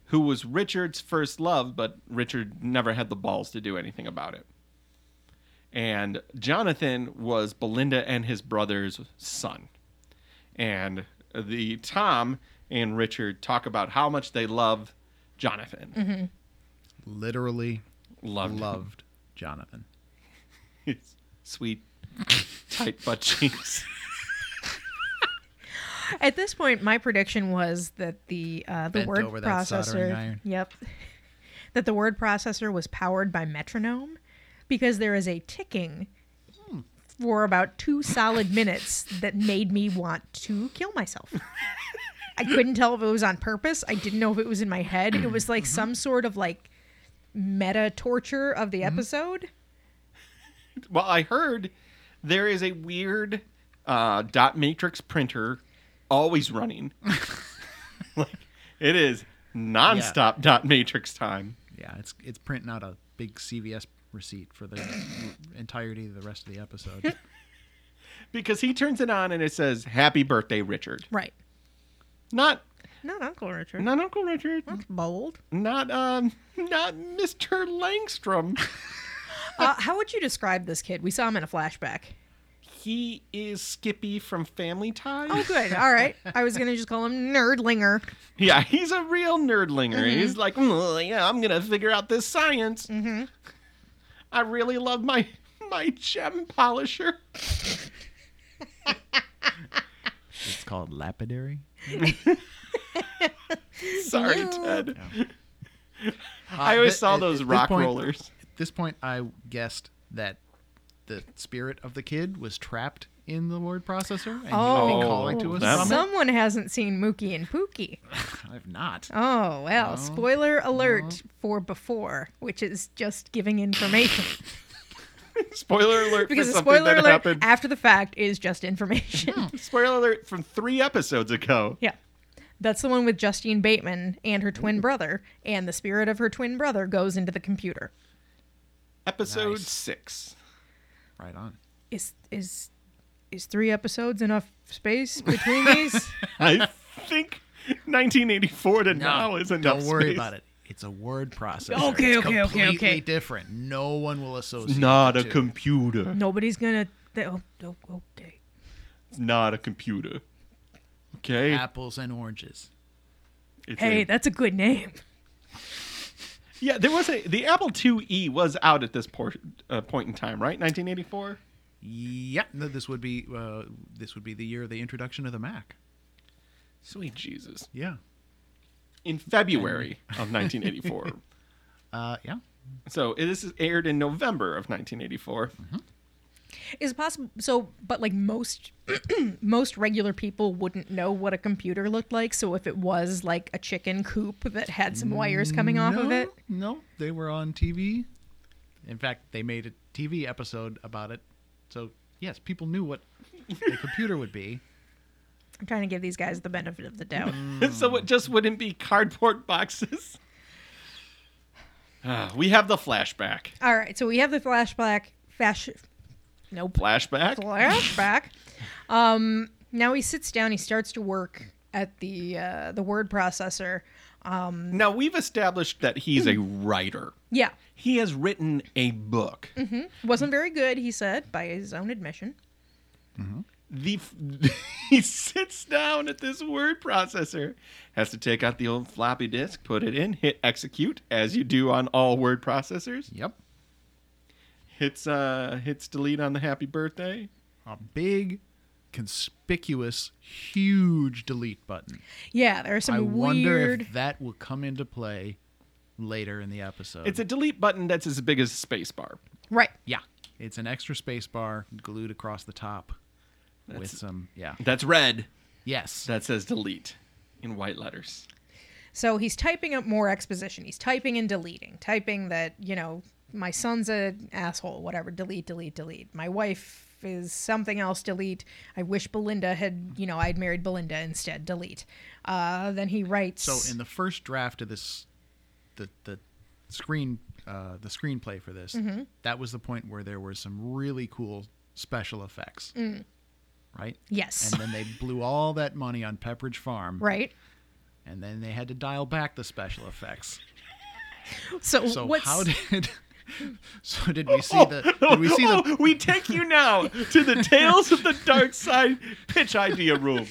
Speaker 3: who was Richard's first love, but Richard never had the balls to do anything about it. And Jonathan was Belinda and his brother's son. And the Tom and Richard talk about how much they love Jonathan.
Speaker 4: Literally
Speaker 3: Loved him.
Speaker 4: loved Jonathan.
Speaker 3: His sweet, tight butt cheeks.
Speaker 2: At this point, my prediction was that the uh, the
Speaker 4: Bent
Speaker 2: word
Speaker 4: over that soldering
Speaker 2: processor,
Speaker 4: iron.
Speaker 2: yep, that the word processor was powered by metronome, because there is a ticking
Speaker 4: Hmm.
Speaker 2: for about two solid minutes that made me want to kill myself. I couldn't tell if it was on purpose. I didn't know if it was in my head. It was
Speaker 4: Mm-hmm.
Speaker 2: like some sort of like meta torture of the
Speaker 4: Mm-hmm.
Speaker 2: episode.
Speaker 3: Well, I heard there is a weird uh, dot matrix printer always running. like it is nonstop dot matrix time.
Speaker 4: Yeah, it's it's printing out a big CVS receipt for the entirety of the rest of the episode.
Speaker 3: Because he turns it on and it says "Happy Birthday, Richard."
Speaker 2: Right.
Speaker 3: Not,
Speaker 2: Not Uncle Richard.
Speaker 3: not Uncle Richard.
Speaker 2: Bold.
Speaker 3: Not, um, not Mr. Langstrom.
Speaker 2: Uh, how would you describe this kid? We saw him in a flashback.
Speaker 3: He is Skippy from Family Ties.
Speaker 2: Oh, good. All right. I was gonna just call him Nerdlinger.
Speaker 3: Yeah, he's a real nerdlinger.
Speaker 2: Mm-hmm.
Speaker 3: He's like, "Mm, yeah, I'm gonna figure out this science.
Speaker 2: Mm-hmm.
Speaker 3: I really love my my gem polisher.
Speaker 4: it's called lapidary.
Speaker 3: Sorry, Ted. I always
Speaker 4: thi-
Speaker 3: saw
Speaker 4: at-
Speaker 3: those
Speaker 4: at this
Speaker 3: rock
Speaker 4: Uh, point-
Speaker 3: rollers.
Speaker 4: At this point, I guessed that the spirit of the kid was trapped in the word processor, and he had
Speaker 2: Oh.
Speaker 4: been calling to us.
Speaker 3: That-
Speaker 4: from it.
Speaker 2: Someone hasn't seen Mookie and Pookie.
Speaker 4: I've not.
Speaker 2: Oh well. Spoiler alert for before, which is just giving information.
Speaker 3: Spoiler alert
Speaker 2: Because
Speaker 3: for
Speaker 2: a
Speaker 3: something
Speaker 2: spoiler
Speaker 3: that
Speaker 2: alert
Speaker 3: happened. Hmm.
Speaker 2: after the fact is just information.
Speaker 3: spoiler alert from three episodes ago.
Speaker 2: yeah. That's the one with Justine Bateman and her twin brother, and the spirit of her twin brother goes into the computer.
Speaker 3: Episode
Speaker 4: Nice.
Speaker 3: six.
Speaker 4: Right on.
Speaker 2: Is is is three episodes enough space between these?
Speaker 3: I think 1984 to now is enough.
Speaker 4: Don't worry
Speaker 3: space.
Speaker 4: about it. It's a word processor.
Speaker 2: Okay,
Speaker 4: It's
Speaker 2: okay, okay,
Speaker 4: completely
Speaker 2: okay.
Speaker 4: different. No one will associate.
Speaker 3: Not
Speaker 4: the
Speaker 3: a
Speaker 4: two.
Speaker 3: computer.
Speaker 2: Nobody's gonna. Th- oh, oh, okay.
Speaker 3: It's not a computer. Okay.
Speaker 4: apples and oranges.
Speaker 3: It's
Speaker 2: Hey,
Speaker 3: a-
Speaker 2: that's a good name.
Speaker 3: Yeah, there was a the Apple IIe was out at this por- uh, point in time, right? 1984.
Speaker 4: Yeah, no, this would be uh, this would be the year of the introduction of the Mac.
Speaker 3: Sweet Jesus!
Speaker 4: Yeah,
Speaker 3: In February of 1984.
Speaker 4: uh, yeah.
Speaker 3: so this is aired in November of 1984.
Speaker 2: Is it possible? So, but like most most regular people wouldn't know what a computer looked like. So if it was like a chicken coop that had some wires coming off of
Speaker 4: No,
Speaker 2: it,
Speaker 4: No, they were on TV. In fact, they made a TV episode about it. So yes, people knew what a computer would be.
Speaker 2: I'm trying to give these guys the benefit of the doubt.
Speaker 4: Mm.
Speaker 3: so it just wouldn't be cardboard boxes. Ah, we have the flashback.
Speaker 2: All right, so we have the flashback. Flash. Nope.
Speaker 3: Flashback.
Speaker 2: Flashback. um. Now he sits down. He starts to work at the uh, the word processor.
Speaker 3: Now we've established that he's a writer.
Speaker 2: Yeah,
Speaker 3: He has written a book.
Speaker 2: wasn't very good. He said by his own admission.
Speaker 3: the f- he sits down at this word processor has to take out the old floppy disk put it in hit execute as you do on all word processors
Speaker 4: Yep,
Speaker 3: hits uh hits delete on the happy birthday
Speaker 4: a big, conspicuous, huge delete button.
Speaker 2: Yeah, there are some
Speaker 4: I
Speaker 2: weird.
Speaker 4: wonder if that will come into play later in the episode.
Speaker 3: it's a delete button that's as big as a space bar
Speaker 2: Right.
Speaker 4: yeah, it's an extra space bar glued across the top with some yeah
Speaker 3: that's red
Speaker 4: yes
Speaker 3: that says delete in white letters
Speaker 2: So he's typing up more exposition. He's typing and deleting, typing that, you know, my son's an asshole, whatever, delete, delete, delete. My wife is something else, delete. I wish Belinda had, you know, I'd married Belinda instead, delete. Uh, then he writes.
Speaker 4: So in the first draft of this, the the screen uh, the screenplay for this,
Speaker 2: Mm-hmm.
Speaker 4: that was the point where there were some really cool special effects, right?
Speaker 2: Mm. Yes.
Speaker 4: And then they blew all that money on Pepperidge Farm,
Speaker 2: Right.
Speaker 4: And then they had to dial back the special effects.
Speaker 2: So,
Speaker 4: So
Speaker 2: what's
Speaker 4: how did So did we see the? Did we see the?
Speaker 3: Oh, we take you now to the Tales of the Dark Side pitch idea room.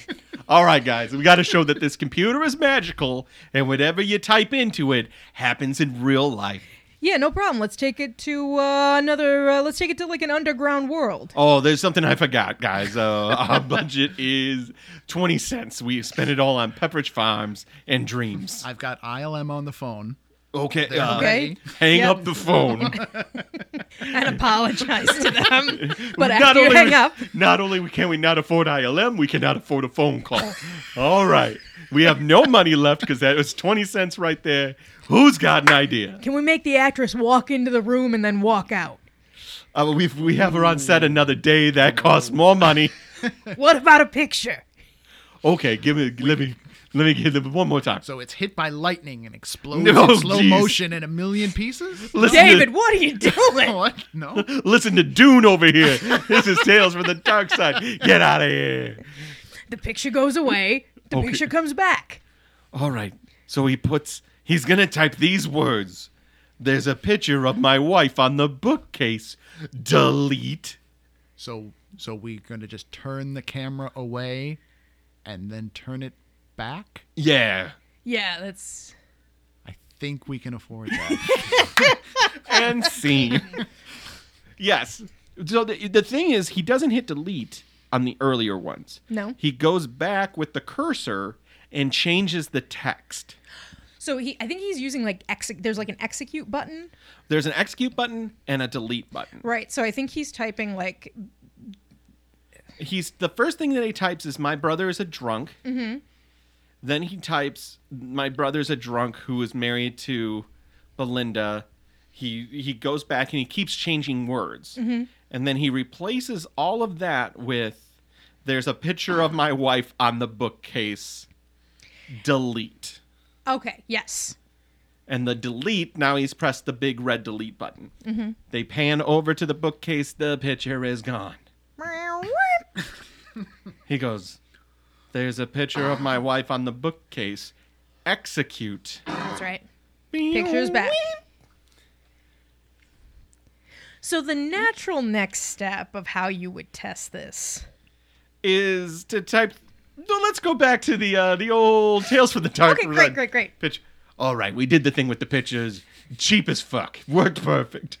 Speaker 3: All right, guys, we got to show that this computer is magical, and whatever you type into it happens in real life.
Speaker 2: Yeah, no problem. Let's take it to uh, another. Uh, let's take it to like an underground world.
Speaker 3: Oh, there's something I forgot, guys. Uh, our budget is 20 cents. We spent it all on Pepperidge Farms and dreams.
Speaker 4: I've got ILM on the phone.
Speaker 3: Okay. uh,
Speaker 2: Okay.
Speaker 3: Hang
Speaker 2: Yep.
Speaker 3: up the phone.
Speaker 2: and apologize to them. But
Speaker 3: not
Speaker 2: after you
Speaker 3: only
Speaker 2: hang
Speaker 3: we-
Speaker 2: up,
Speaker 3: Not only can we not afford ILM, we cannot afford a phone call. All right. We have no money left because that was 20 cents right there. Who's got an idea?
Speaker 2: can we make the actress walk into the room and then walk out?
Speaker 3: Uh, we we have her on set another day. That costs more money.
Speaker 2: What about a picture?
Speaker 3: Okay, give me let me let me get it one more time.
Speaker 4: So it's hit by lightning and explodes
Speaker 3: No,
Speaker 4: in slow
Speaker 3: geez.
Speaker 4: motion in a million pieces.
Speaker 3: Listen
Speaker 2: David,
Speaker 3: to,
Speaker 2: what are you doing?
Speaker 4: What? No.
Speaker 3: listen to Dune over here. This is Tales from the Dark Side. Get out of here.
Speaker 2: The picture goes away. The
Speaker 3: Okay.
Speaker 2: picture comes back.
Speaker 3: All right. So he puts, he's going to type these words. There's a picture of my wife on the bookcase. Delete.
Speaker 4: So so we're gonna just turn the camera away, and then turn it back.
Speaker 3: Yeah.
Speaker 2: Yeah, that's.
Speaker 4: I think we can afford that.
Speaker 3: And scene. yes. So the, the thing is, he doesn't hit delete on the earlier ones.
Speaker 2: No.
Speaker 3: He goes back with the cursor and changes the text.
Speaker 2: So he, I think he's using like exe- There's like an execute button,
Speaker 3: There's an execute button and a delete button.
Speaker 2: right? So I think he's typing like,
Speaker 3: he's the first thing that he types is my brother is a drunk. Mm-hmm. Then he types my brother's a drunk who is married to Belinda. He he goes back and he keeps changing words, and then he replaces all of that with there's a picture of my wife on the bookcase. Delete.
Speaker 2: okay, yes,
Speaker 3: And the delete, now he's pressed the big red delete button. Mm-hmm. They pan over to the bookcase, the picture is gone. He goes, There's a picture of my wife on the bookcase. Execute.
Speaker 2: that's right. Picture's back. So the natural next step of how you would test this
Speaker 3: Is to type. No, let's go back to the uh, the old Tales from the Dark.
Speaker 2: Okay, great,
Speaker 3: Run
Speaker 2: great, great.
Speaker 3: Picture. All right, we did the thing with the pictures. Cheap as fuck. Worked perfect.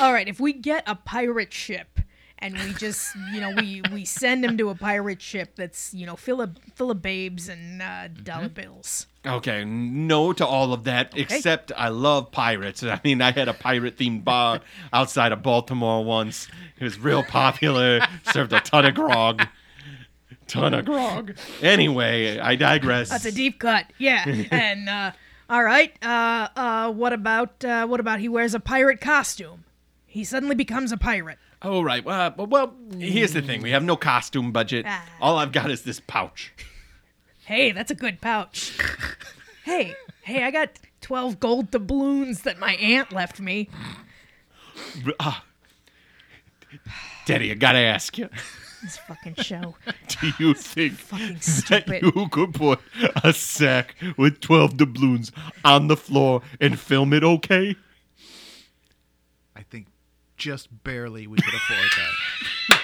Speaker 2: All right, if we get a pirate ship and we just, you know, we we send him to a pirate ship that's, you know, full of full of babes and uh, dollar bills.
Speaker 3: Okay, no to all of that, except I love pirates. I mean, I had a pirate themed bar outside of Baltimore once. It was real popular, served a ton of grog. Ton of grog. Anyway, I digress.
Speaker 2: That's a deep cut. Yeah. and uh, all right, uh, uh, what about uh, what about he wears a pirate costume? He suddenly becomes a pirate.
Speaker 3: All right, well, but- well, here's the thing we have no costume budget.
Speaker 2: Ah.
Speaker 3: All I've got is this pouch.
Speaker 2: Hey, that's a good pouch. hey, hey, I got 12 gold doubloons that my aunt left me.
Speaker 3: Ah. Daddy, I gotta ask you
Speaker 2: This fucking show.
Speaker 3: do you think
Speaker 2: Fucking
Speaker 3: that
Speaker 2: stupid.
Speaker 3: you could put a sack with 12 doubloons on the floor and film it okay?
Speaker 4: I think just barely we could afford that.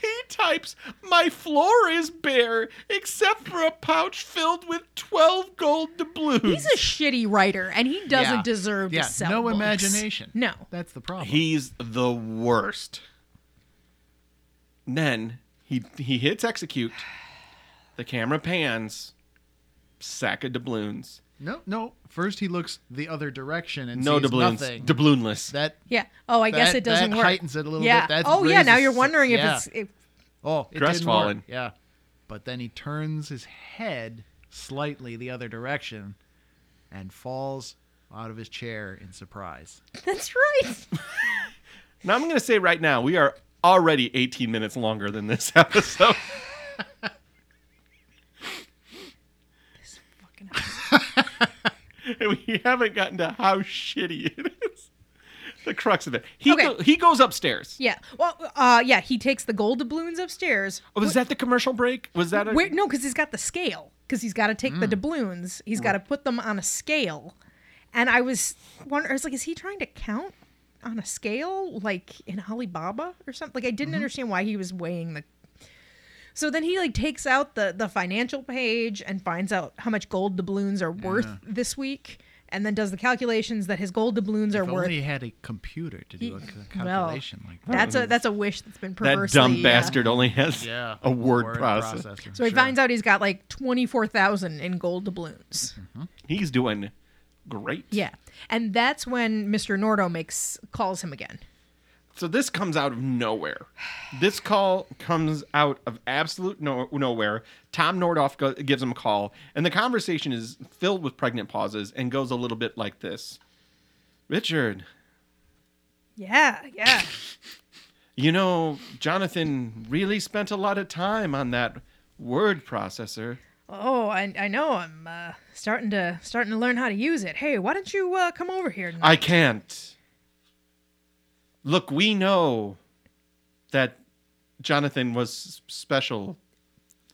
Speaker 3: He types, My floor is bare except for a pouch filled with 12 gold doubloons.
Speaker 2: He's a shitty writer, and he doesn't
Speaker 4: Yeah.
Speaker 2: deserve
Speaker 4: yeah,
Speaker 2: to sell
Speaker 4: no
Speaker 2: books.
Speaker 4: imagination.
Speaker 2: No.
Speaker 4: That's the problem.
Speaker 3: He's the worst. Then he he hits execute. The camera pans. Sack of doubloons.
Speaker 4: no, no. First he looks the other direction and
Speaker 3: No
Speaker 4: sees
Speaker 3: doubloons.
Speaker 4: nothing.
Speaker 3: Doubloonless.
Speaker 4: that
Speaker 2: Yeah. Oh, I guess
Speaker 4: That-
Speaker 2: it doesn't
Speaker 4: that
Speaker 2: work.
Speaker 4: heightens it a little
Speaker 2: yeah.
Speaker 4: bit. That
Speaker 2: oh, yeah. Now
Speaker 4: raises-
Speaker 2: you're wondering if
Speaker 4: yeah.
Speaker 2: it's. If,
Speaker 4: oh, it didn't
Speaker 3: Crestfallen.
Speaker 4: work. Yeah, but then he turns his head slightly the other direction, and falls out of his chair in surprise.
Speaker 2: that's right.
Speaker 3: now I'm gonna say right now we are already 18 minutes longer than this episode.
Speaker 2: Fucking hell.
Speaker 3: and we haven't gotten to how shitty it is. The crux of it. He
Speaker 2: Okay.
Speaker 3: go- he goes upstairs.
Speaker 2: yeah. Well, uh, yeah. He takes the gold doubloons upstairs.
Speaker 3: Oh, was that the commercial break? Was that a
Speaker 2: Where,
Speaker 4: Mm.
Speaker 2: no, because he's got the scale. Because he's got to take the doubloons. He's got to put them on a scale, And I was wondering, I was like, is he trying to count on a scale like in Alibaba or something? Like I
Speaker 4: Mm-hmm.
Speaker 2: didn't understand why he was weighing the. So then he like takes out the the financial page and finds out how much gold doubloons are worth this week, and then does the calculations that his gold doubloons are
Speaker 4: if
Speaker 2: worth.
Speaker 4: only he had a computer to do a c-
Speaker 2: Well,
Speaker 4: calculation like that.
Speaker 2: That's a that's a wish that's been
Speaker 3: That
Speaker 2: perversely.
Speaker 3: dumb
Speaker 2: uh,
Speaker 3: bastard only has
Speaker 4: yeah,
Speaker 3: a word, processor.
Speaker 4: processor,
Speaker 2: So he
Speaker 4: sure.
Speaker 2: finds out he's got like twenty four thousand in gold doubloons.
Speaker 3: He's doing great.
Speaker 2: Yeah, and that's when Mr. Nordo makes calls him again.
Speaker 3: So this comes out of nowhere. This call comes out of absolute no- nowhere. Tom Nordoff go- gives him a call, and the conversation is filled with pregnant pauses and goes a little bit like this Richard,
Speaker 2: Yeah, yeah.
Speaker 3: you know, Jonathan really spent a lot of time on that word processor.
Speaker 2: Oh, I, I know. I'm uh, starting to starting to learn how to use it. Hey, why don't you uh, come over here? tonight?
Speaker 3: I can't. Look, we know that Jonathan was s- special.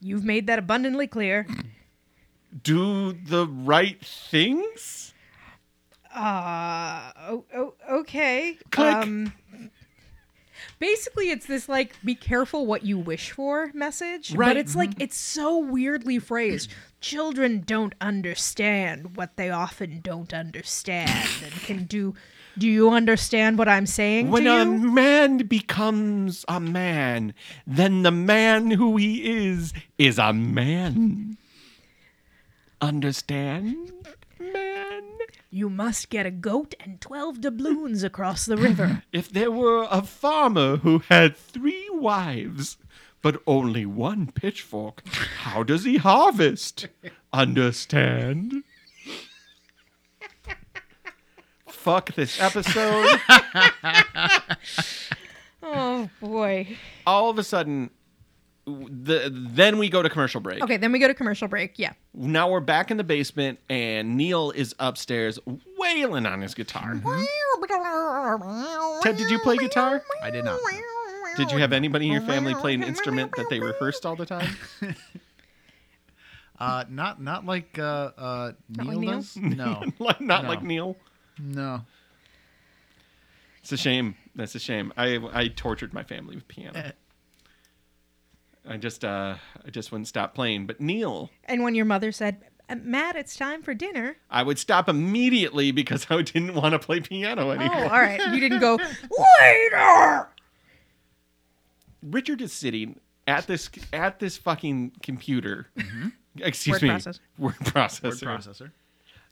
Speaker 2: You've made that abundantly clear.
Speaker 3: Do the right things?
Speaker 2: Uh, oh, oh, okay.
Speaker 3: Click.
Speaker 2: basically, it's this like "be careful what you wish for" message,
Speaker 3: Right.
Speaker 2: but it's like it's so weirdly phrased. Children don't understand what they often don't understand, and can do. Do you understand what I'm saying
Speaker 3: When
Speaker 2: to
Speaker 3: a
Speaker 2: you?
Speaker 3: man becomes a man, then the man who he is is a man. Understand? Man.
Speaker 2: You must get a goat and twelve doubloons across the river.
Speaker 3: If there were a farmer who had three wives, but only one pitchfork, how does he harvest? Understand? Fuck this episode.
Speaker 2: oh boy.
Speaker 3: All of a sudden, w- the, then we go to commercial break.
Speaker 2: Okay, then we go to commercial break. Yeah.
Speaker 3: now we're back in the basement and Neil is upstairs wailing on his guitar. Ted, did you play guitar?
Speaker 4: I did not. know.
Speaker 3: Did you have anybody in your family play an instrument that they rehearsed all the time?
Speaker 4: Uh, not not like uh, uh, Neil,
Speaker 2: like Neil?
Speaker 4: does. No,
Speaker 3: Like- Not
Speaker 4: No.
Speaker 3: like Neil.
Speaker 4: no.
Speaker 3: It's a shame. That's a shame. I I tortured my family with piano. I just uh I just wouldn't stop playing. But Neil,
Speaker 2: And when your mother said, "Uh, "Matt, it's time for dinner,"
Speaker 3: I would stop immediately because I didn't want to play piano
Speaker 2: oh,
Speaker 3: anymore.
Speaker 2: all right, you didn't go later.
Speaker 3: Richard is sitting at this at this fucking computer. Excuse
Speaker 2: Word
Speaker 3: me.
Speaker 2: processor.
Speaker 3: Word processor.
Speaker 4: Word processor,
Speaker 3: And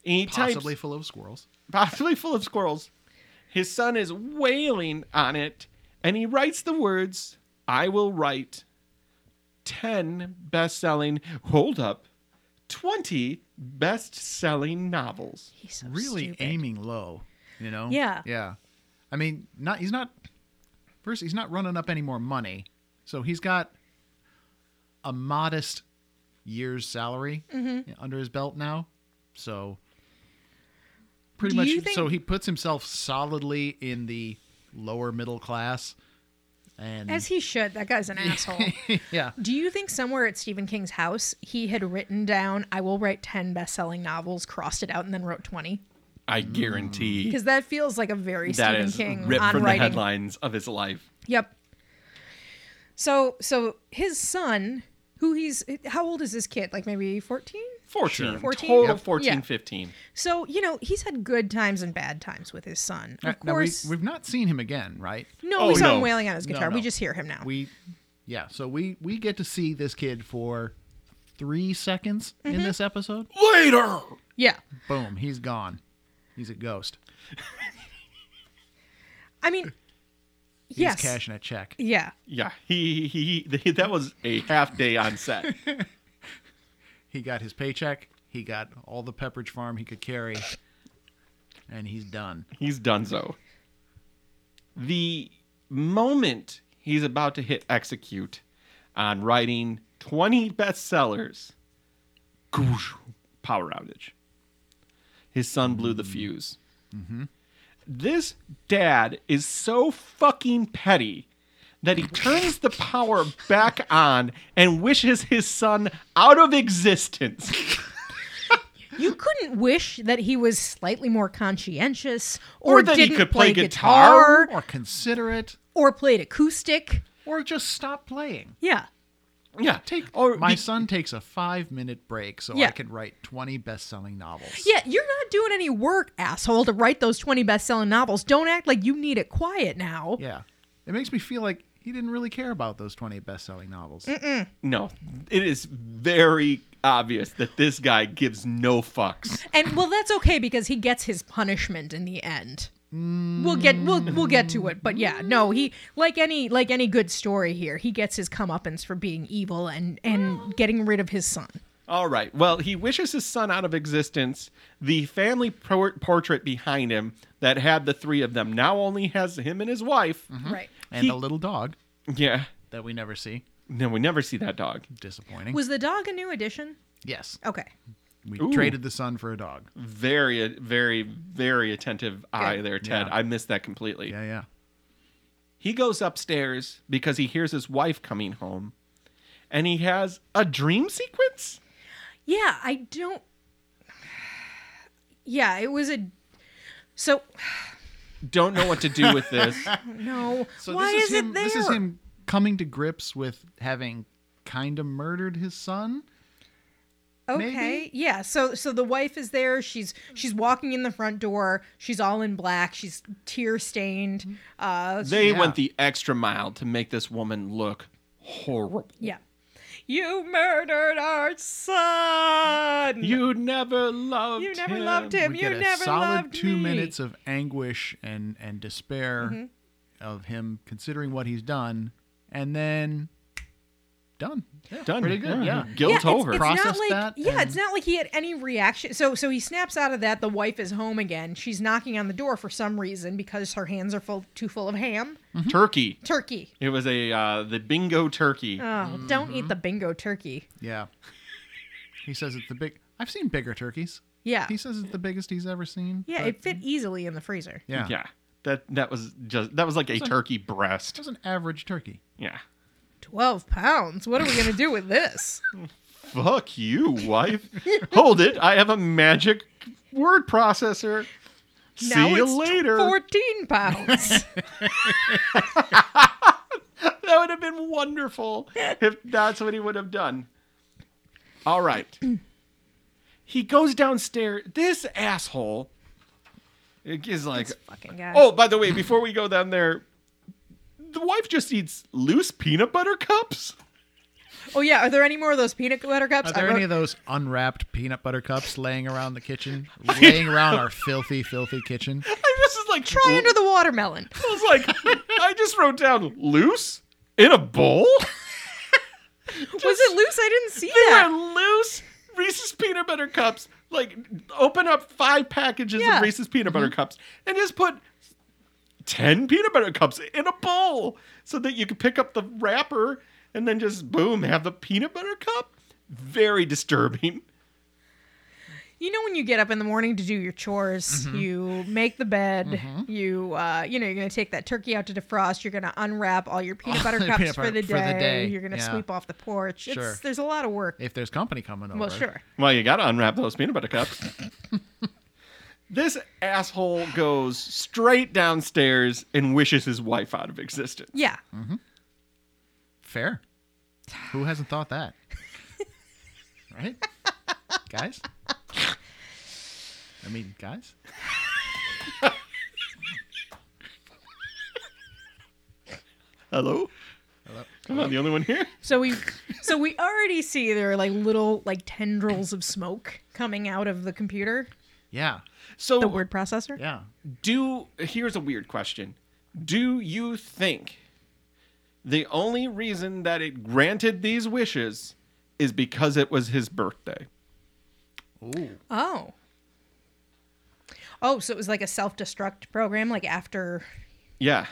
Speaker 3: he
Speaker 4: possibly
Speaker 3: types
Speaker 4: full of squirrels.
Speaker 3: possibly full of squirrels. His son is wailing on it, and he writes the words, "I will write ten best-selling. Hold up, twenty best-selling novels."
Speaker 2: He's so
Speaker 4: Really
Speaker 2: stupid.
Speaker 4: aiming low, you know.
Speaker 2: Yeah.
Speaker 4: yeah. I mean, not he's not first. He's not running up any more money, so he's got a modest year's salary
Speaker 2: Mm-hmm.
Speaker 4: under his belt now. So pretty
Speaker 2: Do
Speaker 4: much,
Speaker 2: you think-
Speaker 4: so he puts himself solidly in the lower middle class, and
Speaker 2: as he should. That guy's an asshole.
Speaker 4: yeah.
Speaker 2: Do you think somewhere at Stephen King's house he had written down, "I will write ten best-selling novels," crossed it out, and then wrote twenty?
Speaker 3: I guarantee
Speaker 2: Because that feels like a very
Speaker 3: that
Speaker 2: Stephen
Speaker 3: is
Speaker 2: King
Speaker 3: ripped
Speaker 2: on
Speaker 3: from the
Speaker 2: writing.
Speaker 3: headlines of his life.
Speaker 2: Yep. So so his son, who he's how old is this kid? Like maybe 14?
Speaker 3: 14,
Speaker 2: 14?
Speaker 3: total
Speaker 2: Yep.
Speaker 3: 14,
Speaker 2: Yeah.
Speaker 3: 15.
Speaker 2: So, you know, he's had good times and bad times with his son. Of
Speaker 4: Now, Uh, we,
Speaker 2: course.
Speaker 4: we've not seen him again, right?
Speaker 2: no,
Speaker 3: Oh,
Speaker 2: we saw
Speaker 3: no.
Speaker 2: him wailing on his guitar.
Speaker 4: no.
Speaker 2: We just hear him now.
Speaker 4: We, yeah. So we we get to see this kid for three seconds in this episode.
Speaker 3: Later.
Speaker 2: yeah.
Speaker 4: Boom, he's gone. He's a ghost.
Speaker 2: I mean,
Speaker 4: He's
Speaker 2: yes.
Speaker 4: cashing a check.
Speaker 2: Yeah.
Speaker 3: Yeah, he, he he that was a half day on set.
Speaker 4: He got his paycheck. He got all the Pepperidge Farm he could carry, and he's done.
Speaker 3: He's donezo. The moment he's about to hit execute on writing 20 bestsellers, goosh, power outage. His son blew the fuse. This dad is so fucking petty that he turns the power back on and wishes his son out of existence.
Speaker 2: You couldn't wish that he was slightly more conscientious
Speaker 3: Or
Speaker 2: or,
Speaker 3: that he
Speaker 2: didn't
Speaker 3: could play
Speaker 2: play,
Speaker 3: guitar.
Speaker 2: guitar,
Speaker 4: or consider it,
Speaker 2: or played acoustic.
Speaker 4: or just stop playing.
Speaker 2: Yeah.
Speaker 3: Yeah.
Speaker 4: Take
Speaker 3: or
Speaker 4: my
Speaker 3: be-
Speaker 4: son takes a five minute break so I
Speaker 2: Yeah.
Speaker 4: can write twenty best selling novels.
Speaker 2: Yeah, you're not doing any work, asshole, to write those 20 best-selling novels. Don't act like you need it quiet now.
Speaker 4: Yeah. It makes me feel like he didn't really care about those 20 best selling novels.
Speaker 3: no, it is very obvious that this guy gives no fucks.
Speaker 2: And well, that's okay because he gets his punishment in the end. We'll get we'll we'll get to it, but yeah, no, he like any like any good story here, he gets his comeuppance for being evil and and getting rid of his son.
Speaker 3: All right. Well, he wishes his son out of existence. The family por- portrait behind him that had the three of them now only has him and his wife.
Speaker 4: Mm-hmm.
Speaker 2: Right.
Speaker 4: And
Speaker 3: He-
Speaker 4: the little dog
Speaker 3: Yeah.
Speaker 4: that we never see.
Speaker 3: No, we never see that dog.
Speaker 4: Disappointing.
Speaker 2: Was the dog a new addition?
Speaker 4: yes.
Speaker 2: Okay.
Speaker 4: We
Speaker 3: Ooh.
Speaker 4: traded the son for a dog.
Speaker 2: Mm.
Speaker 3: Very, very, very attentive eye there, Ted.
Speaker 4: Yeah.
Speaker 3: I missed that completely.
Speaker 4: Yeah, yeah.
Speaker 3: He goes upstairs because he hears his wife coming home and he has a dream sequence?
Speaker 2: Yeah, I don't Yeah, it was a so
Speaker 3: Don't know what to do with this.
Speaker 2: no.
Speaker 4: So
Speaker 2: Why
Speaker 4: this
Speaker 2: is,
Speaker 4: is, him,
Speaker 2: it there?
Speaker 4: This is him coming to grips with having kind of murdered his son.
Speaker 2: Okay. Yeah. So so the wife is there. She's she's walking in the front door. She's all in black. She's tear
Speaker 4: Mm-hmm.
Speaker 2: stained. Uh she-
Speaker 3: They
Speaker 4: Yeah.
Speaker 3: went the extra mile to make this woman look horrible.
Speaker 2: yeah. You murdered our son.
Speaker 3: You never loved
Speaker 2: You never loved him.
Speaker 4: we
Speaker 2: you
Speaker 4: get a
Speaker 2: never
Speaker 4: solid
Speaker 2: loved
Speaker 4: two
Speaker 2: me.
Speaker 4: minutes of anguish and, and despair
Speaker 2: Mm-hmm.
Speaker 4: of him considering what he's done. And then done. Yeah,
Speaker 3: Done.
Speaker 4: Pretty good. Yeah.
Speaker 2: yeah,
Speaker 3: Guilt
Speaker 2: it's,
Speaker 3: over.
Speaker 2: It's
Speaker 4: Process
Speaker 2: not like,
Speaker 4: Oh, that
Speaker 2: yeah,
Speaker 4: and-
Speaker 2: it's not like he had any reaction. So so he snaps out of that. The wife is home again. She's knocking on the door for some reason because her hands are full too full of ham.
Speaker 3: Turkey.
Speaker 2: Turkey.
Speaker 3: It was a uh, the bingo turkey.
Speaker 2: Oh, don't
Speaker 4: Mm-hmm.
Speaker 2: eat the bingo turkey.
Speaker 4: Yeah. He says it's the big. I've seen bigger turkeys.
Speaker 2: Yeah.
Speaker 4: He says it's the biggest he's ever seen.
Speaker 2: Yeah,
Speaker 4: but-
Speaker 2: it fit easily in the freezer.
Speaker 4: yeah.
Speaker 3: yeah. That that was just that was like a turkey breast.
Speaker 4: Just an average turkey.
Speaker 3: Yeah.
Speaker 2: 12 pounds. What are we going to do with this?
Speaker 3: Fuck you, wife. Hold it. I have a magic word processor. See you later.
Speaker 2: 14 pounds.
Speaker 3: That would have been wonderful if that's what he would have done. All right. he goes downstairs. This asshole is like,
Speaker 2: Fucking guy.
Speaker 3: oh, by the way, before we go down there, the wife just eats loose peanut butter cups.
Speaker 2: Oh, yeah. Are there any more of those peanut butter cups?
Speaker 4: Are there
Speaker 2: I wrote-
Speaker 4: any of those unwrapped peanut butter cups laying around the kitchen? laying around our filthy, filthy kitchen?
Speaker 3: I just was like,
Speaker 2: Try under the watermelon.
Speaker 3: I was like, I just wrote down loose in a bowl.
Speaker 2: Was it loose? I didn't see
Speaker 3: They
Speaker 2: that.
Speaker 3: were loose Reese's peanut butter cups. Like, open up five packages
Speaker 2: Yeah.
Speaker 3: of Reese's peanut butter cups and just put 10 peanut butter cups in a bowl so that you could pick up the wrapper and then just boom, have the peanut butter cup. Very disturbing.
Speaker 2: You know when you get up in the morning to do your chores,
Speaker 4: Mm-hmm.
Speaker 2: you make the bed, you uh, you know, you're going to take that turkey out to defrost, you're going to unwrap all your peanut
Speaker 4: All
Speaker 2: butter
Speaker 4: the
Speaker 2: cups
Speaker 4: peanut
Speaker 2: for,
Speaker 4: butter-
Speaker 2: the
Speaker 4: for the
Speaker 2: day.
Speaker 4: day,
Speaker 2: You're going to
Speaker 4: yeah.
Speaker 2: sweep off the porch.
Speaker 4: Sure.
Speaker 2: It's, there's a lot of work.
Speaker 4: If there's company coming over.
Speaker 2: well, sure.
Speaker 3: Well, you gotta unwrap those peanut butter cups. this asshole goes straight downstairs and wishes his wife out of existence.
Speaker 2: Yeah.
Speaker 4: Mm-hmm. Fair. Who hasn't thought that? right? Guys? I mean, guys?
Speaker 3: Hello? Hello. Am I the only one here?
Speaker 2: So we so we already see there are like little like tendrils of smoke coming out of the computer,
Speaker 4: Yeah.
Speaker 3: So
Speaker 2: the word processor.
Speaker 4: Yeah.
Speaker 3: do here's a weird question. Do you think the only reason that it granted these wishes is because it was his birthday?
Speaker 4: Ooh.
Speaker 2: Oh. Oh, so it was like a self-destruct program like after
Speaker 3: Yeah.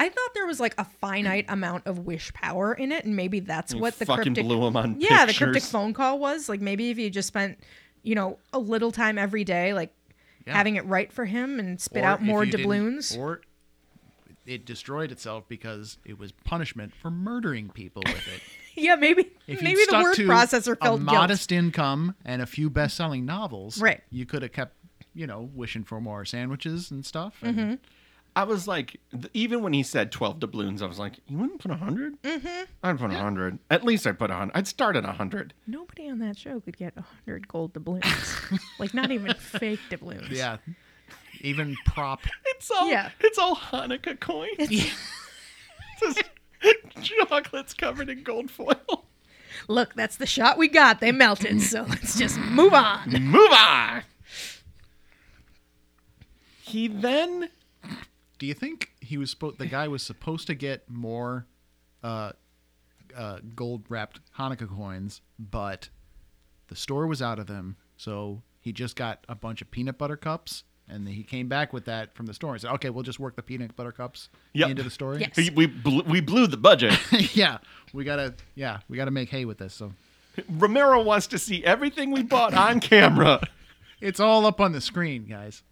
Speaker 2: I thought there was like a finite amount of wish power in it and maybe that's
Speaker 3: You
Speaker 2: what the
Speaker 3: fucking
Speaker 2: cryptic
Speaker 3: blew him on
Speaker 2: Yeah, the
Speaker 3: pictures.
Speaker 2: cryptic phone call was like maybe if you just spent, you know, a little time every day like
Speaker 4: Yeah.
Speaker 2: having it right for him and spit
Speaker 4: Or
Speaker 2: out
Speaker 4: if
Speaker 2: more
Speaker 4: you didn't-
Speaker 2: doubloons.
Speaker 4: Or it destroyed itself because it was punishment for murdering people with it.
Speaker 2: yeah, maybe
Speaker 4: If
Speaker 2: maybe
Speaker 4: you'd
Speaker 2: the
Speaker 4: stuck
Speaker 2: word
Speaker 4: to
Speaker 2: processor
Speaker 4: a
Speaker 2: filled guilt.
Speaker 4: modest income and a few best-selling novels,
Speaker 2: Right.
Speaker 4: You could have kept, you know, wishing for more sandwiches and stuff. and-
Speaker 2: Mm-hmm.
Speaker 3: I was like, th- even when he said 12 doubloons, I was like, you wouldn't put 100? Mm-hmm. I'd put 100. At least I'd put 100. I'd start at 100.
Speaker 2: Nobody on that show could get hundred gold doubloons, like not even fake doubloons.
Speaker 4: Yeah, even prop.
Speaker 3: It's all,
Speaker 2: Yeah.
Speaker 3: it's all Hanukkah coins. Just chocolates covered in gold foil.
Speaker 2: Look, that's the shot we got. They melted, so let's just move on.
Speaker 3: Move on! He then
Speaker 4: Do you think he was supposed? The guy was supposed to get more, uh, uh, gold-wrapped Hanukkah coins, but the store was out of them, so he just got a bunch of peanut butter cups. And then he came back with that from the store and said, "Okay, we'll just work the peanut butter cups
Speaker 3: Yep.
Speaker 4: into the story."
Speaker 2: Yes.
Speaker 3: We we, blew, we blew the budget.
Speaker 4: yeah, we gotta. Yeah, we gotta make hay with this. So
Speaker 3: Romero wants to see everything we bought on camera.
Speaker 4: It's all up on the screen, guys.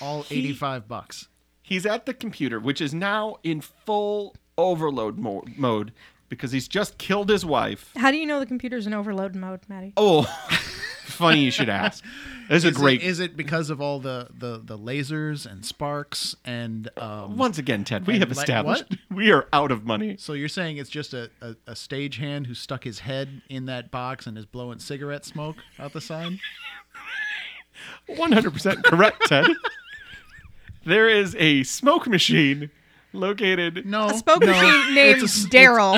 Speaker 4: All 85 bucks.
Speaker 3: He's at the computer, which is now in full overload mo- mode because he's just killed his wife.
Speaker 2: How do you know the computer's in overload mode, Maddie?
Speaker 3: Oh, funny you should ask. This is a
Speaker 4: Is it-
Speaker 3: great.
Speaker 4: Is it because of all the the, the lasers and sparks and um,
Speaker 3: once again, Ted, we have
Speaker 4: Like
Speaker 3: established we are out of money.
Speaker 4: so you're saying it's just a, a, a stagehand who stuck his head in that box and is blowing cigarette smoke out the side?
Speaker 3: 100% correct, Ted. there is a smoke machine located.
Speaker 4: No.
Speaker 2: A smoke
Speaker 4: Oh. no.
Speaker 2: machine named
Speaker 4: It's a-
Speaker 2: Daryl.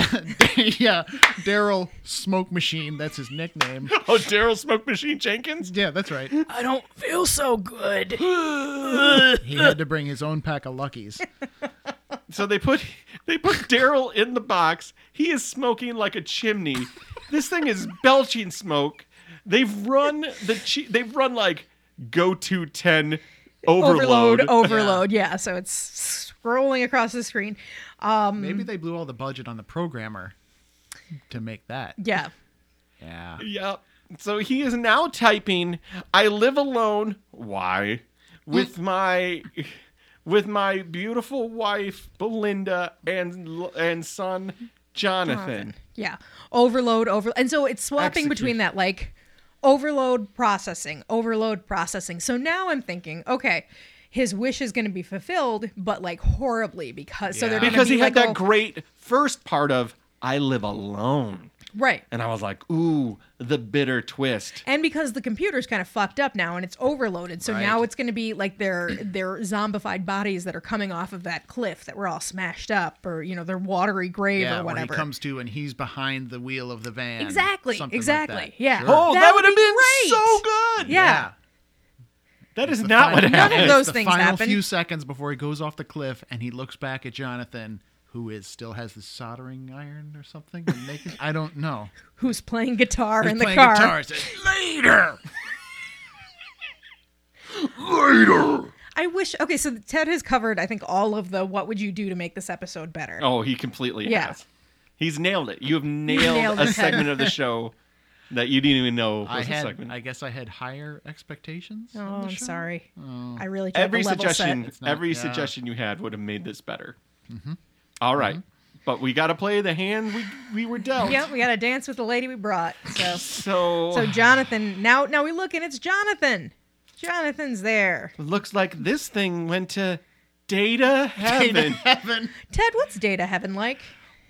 Speaker 4: it's- yeah, Daryl Smoke Machine. That's his nickname.
Speaker 3: Oh, Daryl Smoke Machine Jenkins?
Speaker 4: Yeah, that's right.
Speaker 1: I don't feel so good.
Speaker 4: He had to bring his own pack of Luckies.
Speaker 3: So they put they put Daryl in the box. He is smoking like a chimney. This thing is belching smoke. They've run the chi- they've run like go to ten overload.
Speaker 2: overload, oh. overload. Yeah. so it's scrolling across the screen. Um,
Speaker 4: Maybe they blew all the budget on the programmer to make that.
Speaker 2: yeah.
Speaker 4: Yeah.
Speaker 3: Yep. So he is now typing. I live alone. Why? With my with my beautiful wife Belinda and and son Jonathan.
Speaker 2: Yeah. Overload, over and so it's swapping
Speaker 3: Execute.
Speaker 2: between that like overload processing, overload processing. So now I'm thinking, okay, his wish is going to be fulfilled, but like horribly because so they're
Speaker 4: Yeah.
Speaker 2: gonna
Speaker 3: Because
Speaker 2: be
Speaker 3: he had
Speaker 2: like,
Speaker 3: that
Speaker 2: oh,
Speaker 3: great first part of I live alone.
Speaker 2: right.
Speaker 3: And I was like, ooh, the bitter twist.
Speaker 2: And because the computer's kind of fucked up now and it's overloaded, so
Speaker 4: Right.
Speaker 2: now it's going to be like their their zombified bodies that are coming off of that cliff that were all smashed up, or you know their watery grave
Speaker 4: Yeah,
Speaker 2: or
Speaker 4: where he
Speaker 2: whatever.
Speaker 4: comes to and he's behind the wheel of the van.
Speaker 2: Exactly,
Speaker 4: something like
Speaker 2: exactly,
Speaker 4: that.
Speaker 2: yeah.
Speaker 4: Sure.
Speaker 3: Oh, that,
Speaker 2: That would
Speaker 3: would have
Speaker 2: be
Speaker 3: been
Speaker 2: great.
Speaker 3: so good.
Speaker 2: Yeah.
Speaker 3: That is
Speaker 4: The
Speaker 3: not
Speaker 4: final-
Speaker 3: what happened.
Speaker 2: of
Speaker 4: it's
Speaker 2: those
Speaker 4: the
Speaker 2: things
Speaker 4: final
Speaker 2: happened.
Speaker 4: few seconds before he goes off the cliff and he looks back at Jonathan, who is still has the soldering iron or something. or naked- I don't know.
Speaker 2: Who's playing guitar in
Speaker 4: He's
Speaker 2: the
Speaker 4: playing
Speaker 2: car?
Speaker 4: guitar, says, Later.
Speaker 2: I wish. Okay, so Ted has covered, I think, all of the what would you do to make this episode better.
Speaker 3: Oh, he completely
Speaker 2: Yeah.
Speaker 3: has. He's nailed it. You have nailed,
Speaker 2: nailed
Speaker 3: a
Speaker 2: it.
Speaker 3: segment of the show that you didn't even know was
Speaker 4: I
Speaker 3: a
Speaker 4: had,
Speaker 3: segment.
Speaker 4: I guess, I had higher expectations.
Speaker 2: Oh,
Speaker 4: on the
Speaker 2: I'm
Speaker 4: show.
Speaker 2: sorry.
Speaker 4: Oh.
Speaker 2: I really tried
Speaker 3: every
Speaker 2: to level
Speaker 3: suggestion,
Speaker 2: set.
Speaker 4: not-
Speaker 3: every
Speaker 4: yeah.
Speaker 3: suggestion you had would have made this better. All right. But we got to play the hand we, we were dealt.
Speaker 2: Yep, we got to dance with the lady we brought. So,
Speaker 3: So,
Speaker 2: so Jonathan. Now, now we look and it's Jonathan. Jonathan's there.
Speaker 3: looks like this thing went to data heaven.
Speaker 4: Heaven.
Speaker 2: Ted, what's data heaven like?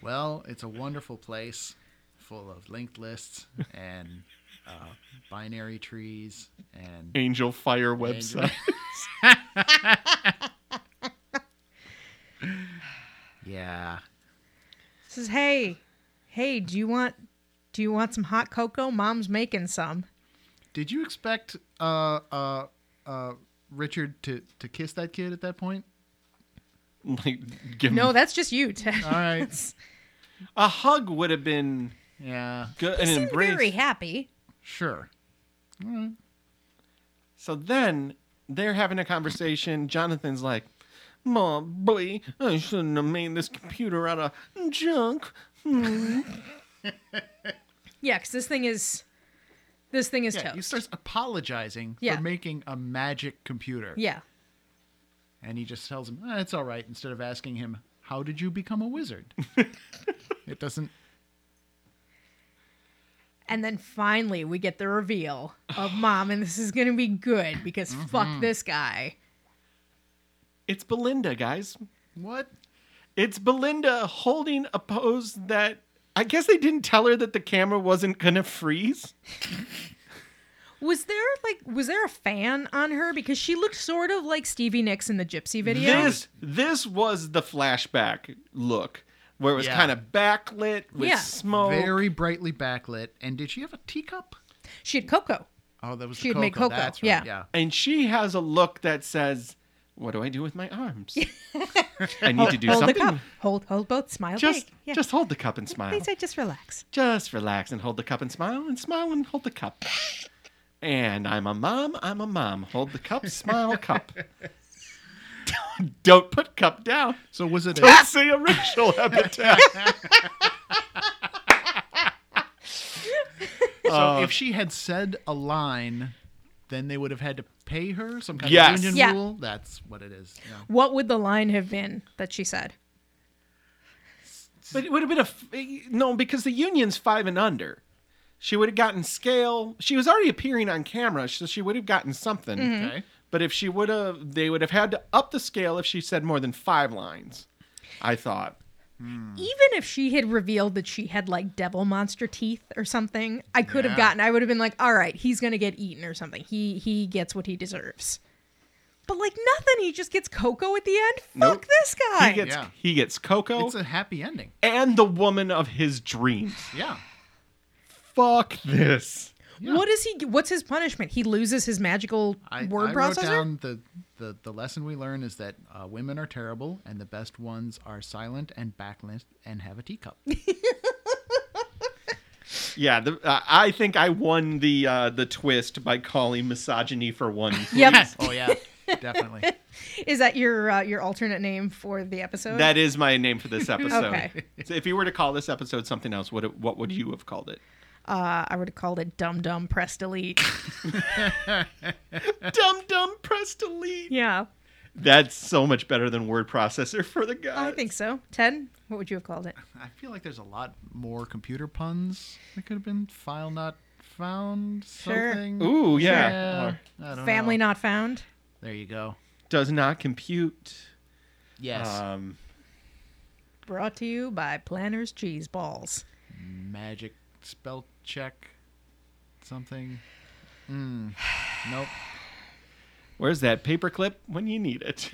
Speaker 4: Well, it's a wonderful place full of linked lists and uh, binary trees and
Speaker 3: Angel Fire website.
Speaker 4: yeah.
Speaker 2: Says, hey, hey, do you want, do you want some hot cocoa? Mom's making some.
Speaker 4: Did you expect uh, uh, uh, Richard to, to kiss that kid at that point?
Speaker 3: like give
Speaker 2: No,
Speaker 3: him-
Speaker 2: that's just you, Ted.
Speaker 4: Hmm. All right.
Speaker 3: a hug would have been
Speaker 4: yeah.
Speaker 3: good
Speaker 2: You
Speaker 3: an
Speaker 2: seem
Speaker 3: embrace
Speaker 2: very happy.
Speaker 4: Sure.
Speaker 3: so then they're having a conversation jonathan's like my boy i shouldn't have made this computer out of junk
Speaker 2: Yeah, because this thing is, this thing is
Speaker 4: Yeah. He
Speaker 2: toast.
Speaker 4: starts apologizing
Speaker 2: Yeah.
Speaker 4: for making a magic computer.
Speaker 2: yeah.
Speaker 4: And he just tells him, eh, it's all right, instead of asking him, how did you become a wizard? it doesn't
Speaker 2: And then finally, we get the reveal of mom, and this is going to be good because fuck this guy.
Speaker 3: It's Belinda, guys.
Speaker 4: What?
Speaker 3: It's Belinda holding a pose that I guess they didn't tell her that the camera wasn't gonna freeze.
Speaker 2: Was there like was there a fan on her because she looked sort of like Stevie Nicks in the Gypsy video?
Speaker 3: This this was the flashback look where it was
Speaker 4: Yeah.
Speaker 3: kind of backlit with
Speaker 2: Yeah.
Speaker 3: smoke.
Speaker 4: Very brightly backlit. And did she have a teacup?
Speaker 2: She had cocoa.
Speaker 4: Oh, that was the
Speaker 2: She'd
Speaker 4: cocoa.
Speaker 2: make cocoa,
Speaker 4: That's right.
Speaker 2: yeah.
Speaker 4: yeah.
Speaker 3: and she has a look that says, "What do I do with my arms? I need to do
Speaker 2: hold the cup.
Speaker 3: something.
Speaker 2: Hold hold both. Smile
Speaker 3: Just
Speaker 2: big. Yeah.
Speaker 3: just hold the cup and smile.
Speaker 2: They said just relax.
Speaker 3: Just relax and hold the cup and smile and smile and hold the cup. And I'm a mom. I'm a mom. Hold the cup. Smile. Cup. Don't put cup down.
Speaker 4: So was it a,
Speaker 3: Don't say a racial epithet.
Speaker 4: so if she had said a line, then they would have had to pay her some kind
Speaker 3: Yes.
Speaker 4: of union
Speaker 2: Yeah.
Speaker 4: rule. That's what it is. Yeah.
Speaker 2: What would the line have been that she said?
Speaker 3: But it would have been a f- eh, no because the union's five and under. She would have gotten scale. She was already appearing on camera, so she would have gotten something.
Speaker 4: Okay.
Speaker 3: But if she would have, they would have had to up the scale if she said more than five lines. I thought.
Speaker 2: Even if she had revealed that she had like devil monster teeth or something, I could
Speaker 4: Yeah.
Speaker 2: have gotten. I would have been like, all right, he's gonna get eaten or something. He he gets what he deserves. But like nothing, he just gets cocoa at the end. Fuck
Speaker 3: Nope.
Speaker 2: this guy.
Speaker 3: He gets
Speaker 4: Yeah.
Speaker 3: he gets Coco
Speaker 4: It's a happy ending.
Speaker 3: and the woman of his dreams.
Speaker 4: Yeah.
Speaker 3: Fuck this.
Speaker 4: Yeah.
Speaker 2: What is he? What's his punishment? He loses his magical
Speaker 4: I,
Speaker 2: word
Speaker 4: I
Speaker 2: processor.
Speaker 4: wrote down the, the, the lesson we learn is that uh, women are terrible and the best ones are silent and backlit and have a teacup.
Speaker 3: Yeah, the, uh, I think I won the uh, the twist by calling misogyny for one.
Speaker 2: Yep.
Speaker 4: oh, yeah. Definitely.
Speaker 2: Is that your uh, your alternate name for the episode?
Speaker 3: That is my name for this episode.
Speaker 2: Okay.
Speaker 3: So if you were to call this episode something else, what it- what would you have called it?
Speaker 2: uh, I would have called it Dum Dum Press Delete.
Speaker 3: Dum dum press delete.
Speaker 2: yeah,
Speaker 3: That's so much better than word processor for the guy.
Speaker 2: I think so. Ted, what would you have called it?
Speaker 4: I feel like there's a lot more computer puns that could have been file not found
Speaker 2: Sure.
Speaker 4: something.
Speaker 3: Ooh, yeah. Or-
Speaker 4: I don't
Speaker 2: Family
Speaker 4: know.
Speaker 2: Not Found.
Speaker 4: There you go.
Speaker 3: Does not compute.
Speaker 4: Yes.
Speaker 3: Um,
Speaker 2: Brought to you by Planners Cheese Balls.
Speaker 4: Magic spell check something. Mm. Nope.
Speaker 3: where's that paperclip when you need it?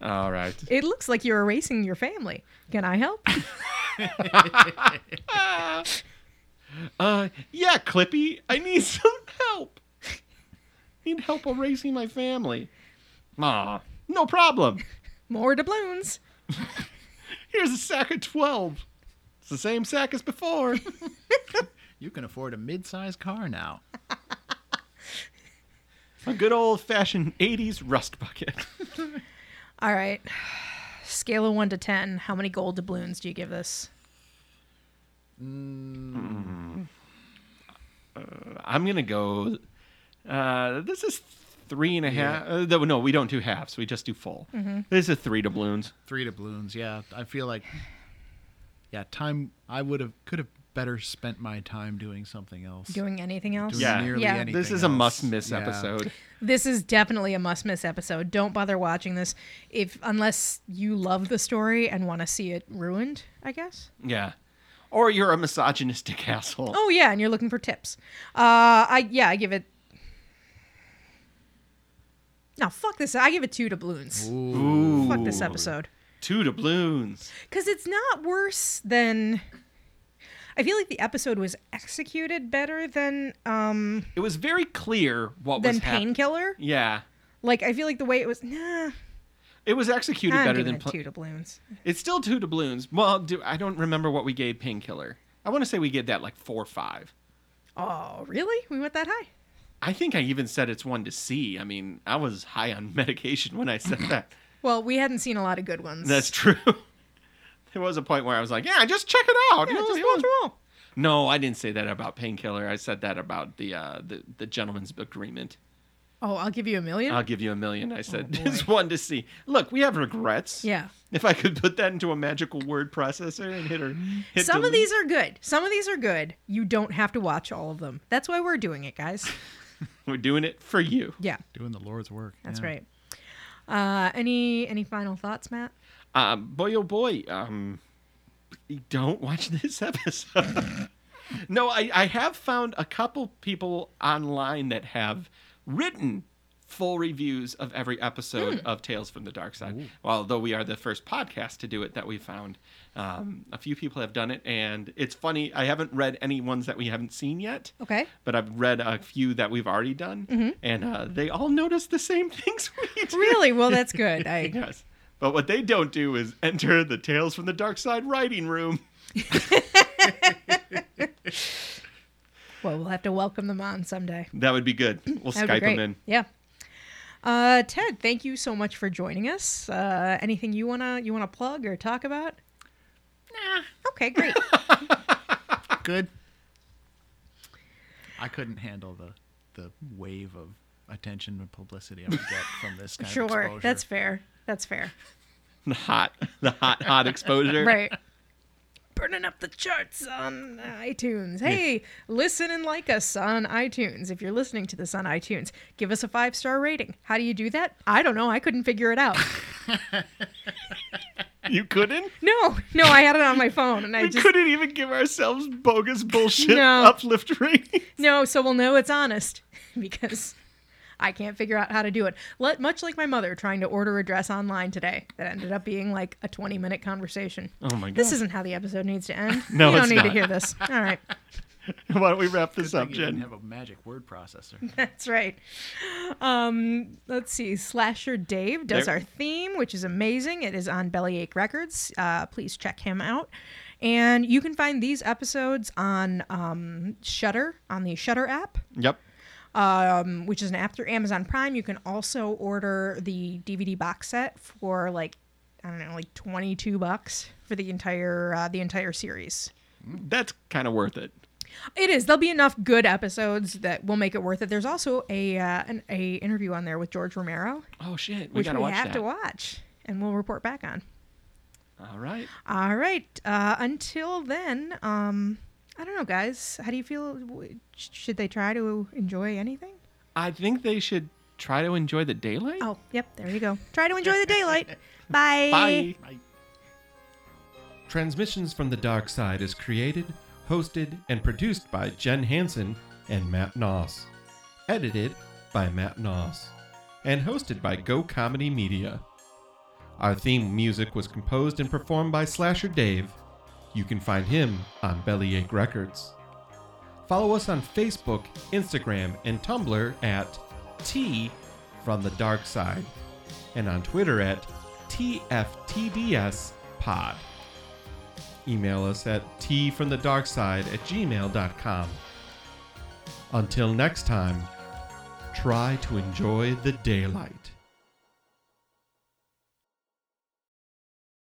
Speaker 3: All right.
Speaker 2: It looks like you're erasing your family. Can I help?
Speaker 3: Uh, yeah, Clippy, I need some help. Need help erasing my family. Ah, no problem.
Speaker 2: More doubloons.
Speaker 3: Here's a sack of twelve. It's the same sack as before.
Speaker 4: You can afford a mid-sized car now.
Speaker 3: a good old fashioned '80s rust bucket.
Speaker 2: All right. Scale of one to ten. How many gold doubloons do you give this?
Speaker 3: I'm gonna go. Uh, this is three and a half. Uh, th- no, we don't do halves. We just do full.
Speaker 2: Mm-hmm.
Speaker 3: This is three doubloons.
Speaker 4: Three doubloons. Yeah, I feel like. Yeah, time. I would have could have better spent my time doing something else.
Speaker 2: Doing anything else?
Speaker 4: Doing
Speaker 3: Yeah.
Speaker 4: nearly
Speaker 2: Yeah.
Speaker 4: anything.
Speaker 3: This is a
Speaker 4: else.
Speaker 3: must miss
Speaker 4: Yeah.
Speaker 3: episode.
Speaker 2: This is definitely a must miss episode. Don't bother watching this if unless you love the story and want to see it ruined, I guess.
Speaker 3: Yeah. Or you're a misogynistic asshole.
Speaker 2: Oh yeah, and you're looking for tips. Uh I yeah, I give it No, fuck this. I give it two doubloons.
Speaker 3: Ooh.
Speaker 2: Oh, Fuck this episode.
Speaker 3: Two doubloons.
Speaker 2: Cuz it's not worse than I feel like the episode was executed better than um
Speaker 3: It was very clear what
Speaker 2: than
Speaker 3: was happening.
Speaker 2: painkiller.
Speaker 3: Yeah.
Speaker 2: Like I feel like the way it was nah.
Speaker 3: It was executed
Speaker 2: I'm
Speaker 3: better
Speaker 2: giving
Speaker 3: than
Speaker 2: it
Speaker 3: pla-
Speaker 2: two doubloons.
Speaker 3: It's still two doubloons. Well, do, I don't remember what we gave Painkiller. I want to say we gave that like four or five.
Speaker 2: Oh, really? We went that high?
Speaker 3: I think I even said it's one to see. I mean, I was high on medication when I said that.
Speaker 2: Well, we hadn't seen a lot of good ones.
Speaker 3: That's true. there was a point where I was like, "Yeah, just check it out."
Speaker 2: yeah,
Speaker 3: You'll-
Speaker 2: just
Speaker 3: you'll-
Speaker 2: watch them all.
Speaker 3: No, I didn't say that about Painkiller. I said that about the uh, the the gentleman's agreement.
Speaker 2: Oh, I'll give you a million.
Speaker 3: I'll give you a million. I said, it's one to see. Look, we have regrets.
Speaker 2: Oh, Yeah.
Speaker 3: If I could put that into a magical word processor and hit her. Hit
Speaker 2: Some of
Speaker 3: delete.
Speaker 2: these are good. Some of these are good. You don't have to watch all of them. That's why we're doing it, guys.
Speaker 3: We're doing it for you.
Speaker 2: Yeah,
Speaker 4: Doing the Lord's work.
Speaker 2: that's
Speaker 4: yeah.
Speaker 2: right. Uh, any any final thoughts, Matt?
Speaker 3: Um, boy, oh boy. Um, don't watch this episode. no, I, I have found a couple people online that have written full reviews of every episode of Tales from the Dark Side. Well, although we are the first podcast to do it that we found, um, a few people have done it, and it's funny. I haven't read any ones that we haven't seen yet.
Speaker 2: Okay.
Speaker 3: But I've read a few that we've already done, and uh, they all noticed the same things we did.
Speaker 2: Really? Well, that's good. I
Speaker 3: Yes. But what they don't do is enter the Tales from the Dark Side writing room.
Speaker 2: well, we'll have to welcome them on someday.
Speaker 3: That would be good. We'll
Speaker 2: That would be
Speaker 3: Skype
Speaker 2: great.
Speaker 3: them in.
Speaker 2: Yeah. Uh, Ted, thank you so much for joining us. Uh, anything you wanna you wanna plug or talk about? Nah. Okay, great.
Speaker 4: Ah, Good. I couldn't handle the the wave of attention and publicity I would get from this kind of
Speaker 2: sure,
Speaker 4: exposure.
Speaker 2: that's fair. That's fair.
Speaker 3: The hot, the hot, hot exposure.
Speaker 2: Right. Burning up the charts on iTunes. Hey, listen and like us on iTunes. If you're listening to this on iTunes, give us a five star rating. How do you do that? I don't know. I couldn't figure it out.
Speaker 3: You couldn't.
Speaker 2: No, no, I had it on my phone and I
Speaker 3: We
Speaker 2: just
Speaker 3: couldn't even give ourselves bogus bullshit
Speaker 2: No.
Speaker 3: uplift rating.
Speaker 2: no. So we'll know it's honest because I can't figure out how to do it. Let much like my mother trying to order a dress online today that ended up being like a 20 minute conversation.
Speaker 3: Oh my god.
Speaker 2: This isn't how the episode needs to end.
Speaker 3: No,
Speaker 2: you don't
Speaker 3: it's
Speaker 2: need to
Speaker 3: not.
Speaker 2: hear this. All right.
Speaker 3: Why don't we wrap this
Speaker 4: Good
Speaker 3: up,
Speaker 4: thing you didn't
Speaker 3: Jen?
Speaker 4: have a magic word processor.
Speaker 2: That's right. Um, let's see. Slasher Dave does
Speaker 3: There-
Speaker 2: our theme, which is amazing. It is on Bellyache Records. Uh, please check him out. And you can find these episodes on um, Shutter on the Shutter app,
Speaker 3: Yep.
Speaker 2: um, which is an app through Amazon Prime. You can also order the DVD box set for like I don't know, like twenty two bucks for the entire uh, the entire series.
Speaker 3: That's kind of worth it.
Speaker 2: It is. There'll be enough good episodes that will make it worth it. There's also a uh, an a interview on there with George Romero,
Speaker 3: Oh shit, we
Speaker 2: which
Speaker 3: gotta
Speaker 2: we
Speaker 3: watch
Speaker 2: have
Speaker 3: that.
Speaker 2: to watch, and we'll report back on.
Speaker 3: All right.
Speaker 2: All right. Uh, until then, um, I don't know, guys. How do you feel? W- sh- Should they try to enjoy anything?
Speaker 3: I think they should try to enjoy the daylight.
Speaker 2: Oh, yep. There you go. Try to enjoy the daylight.
Speaker 3: Bye.
Speaker 4: Right.
Speaker 5: Transmissions from the Dark Side is created, hosted, and produced by Jen Hansen and Matt Noss. Edited by Matt Noss. And hosted by Go Comedy Media. Our theme music was composed and performed by Slasher Dave. You can find him on Bellyache Records. Follow us on Facebook, Instagram, and Tumblr at T from the Dark Side, and on Twitter at TFTDS Pod email us at tfromthedarkside at gmail.com. Until next time, try to enjoy the daylight.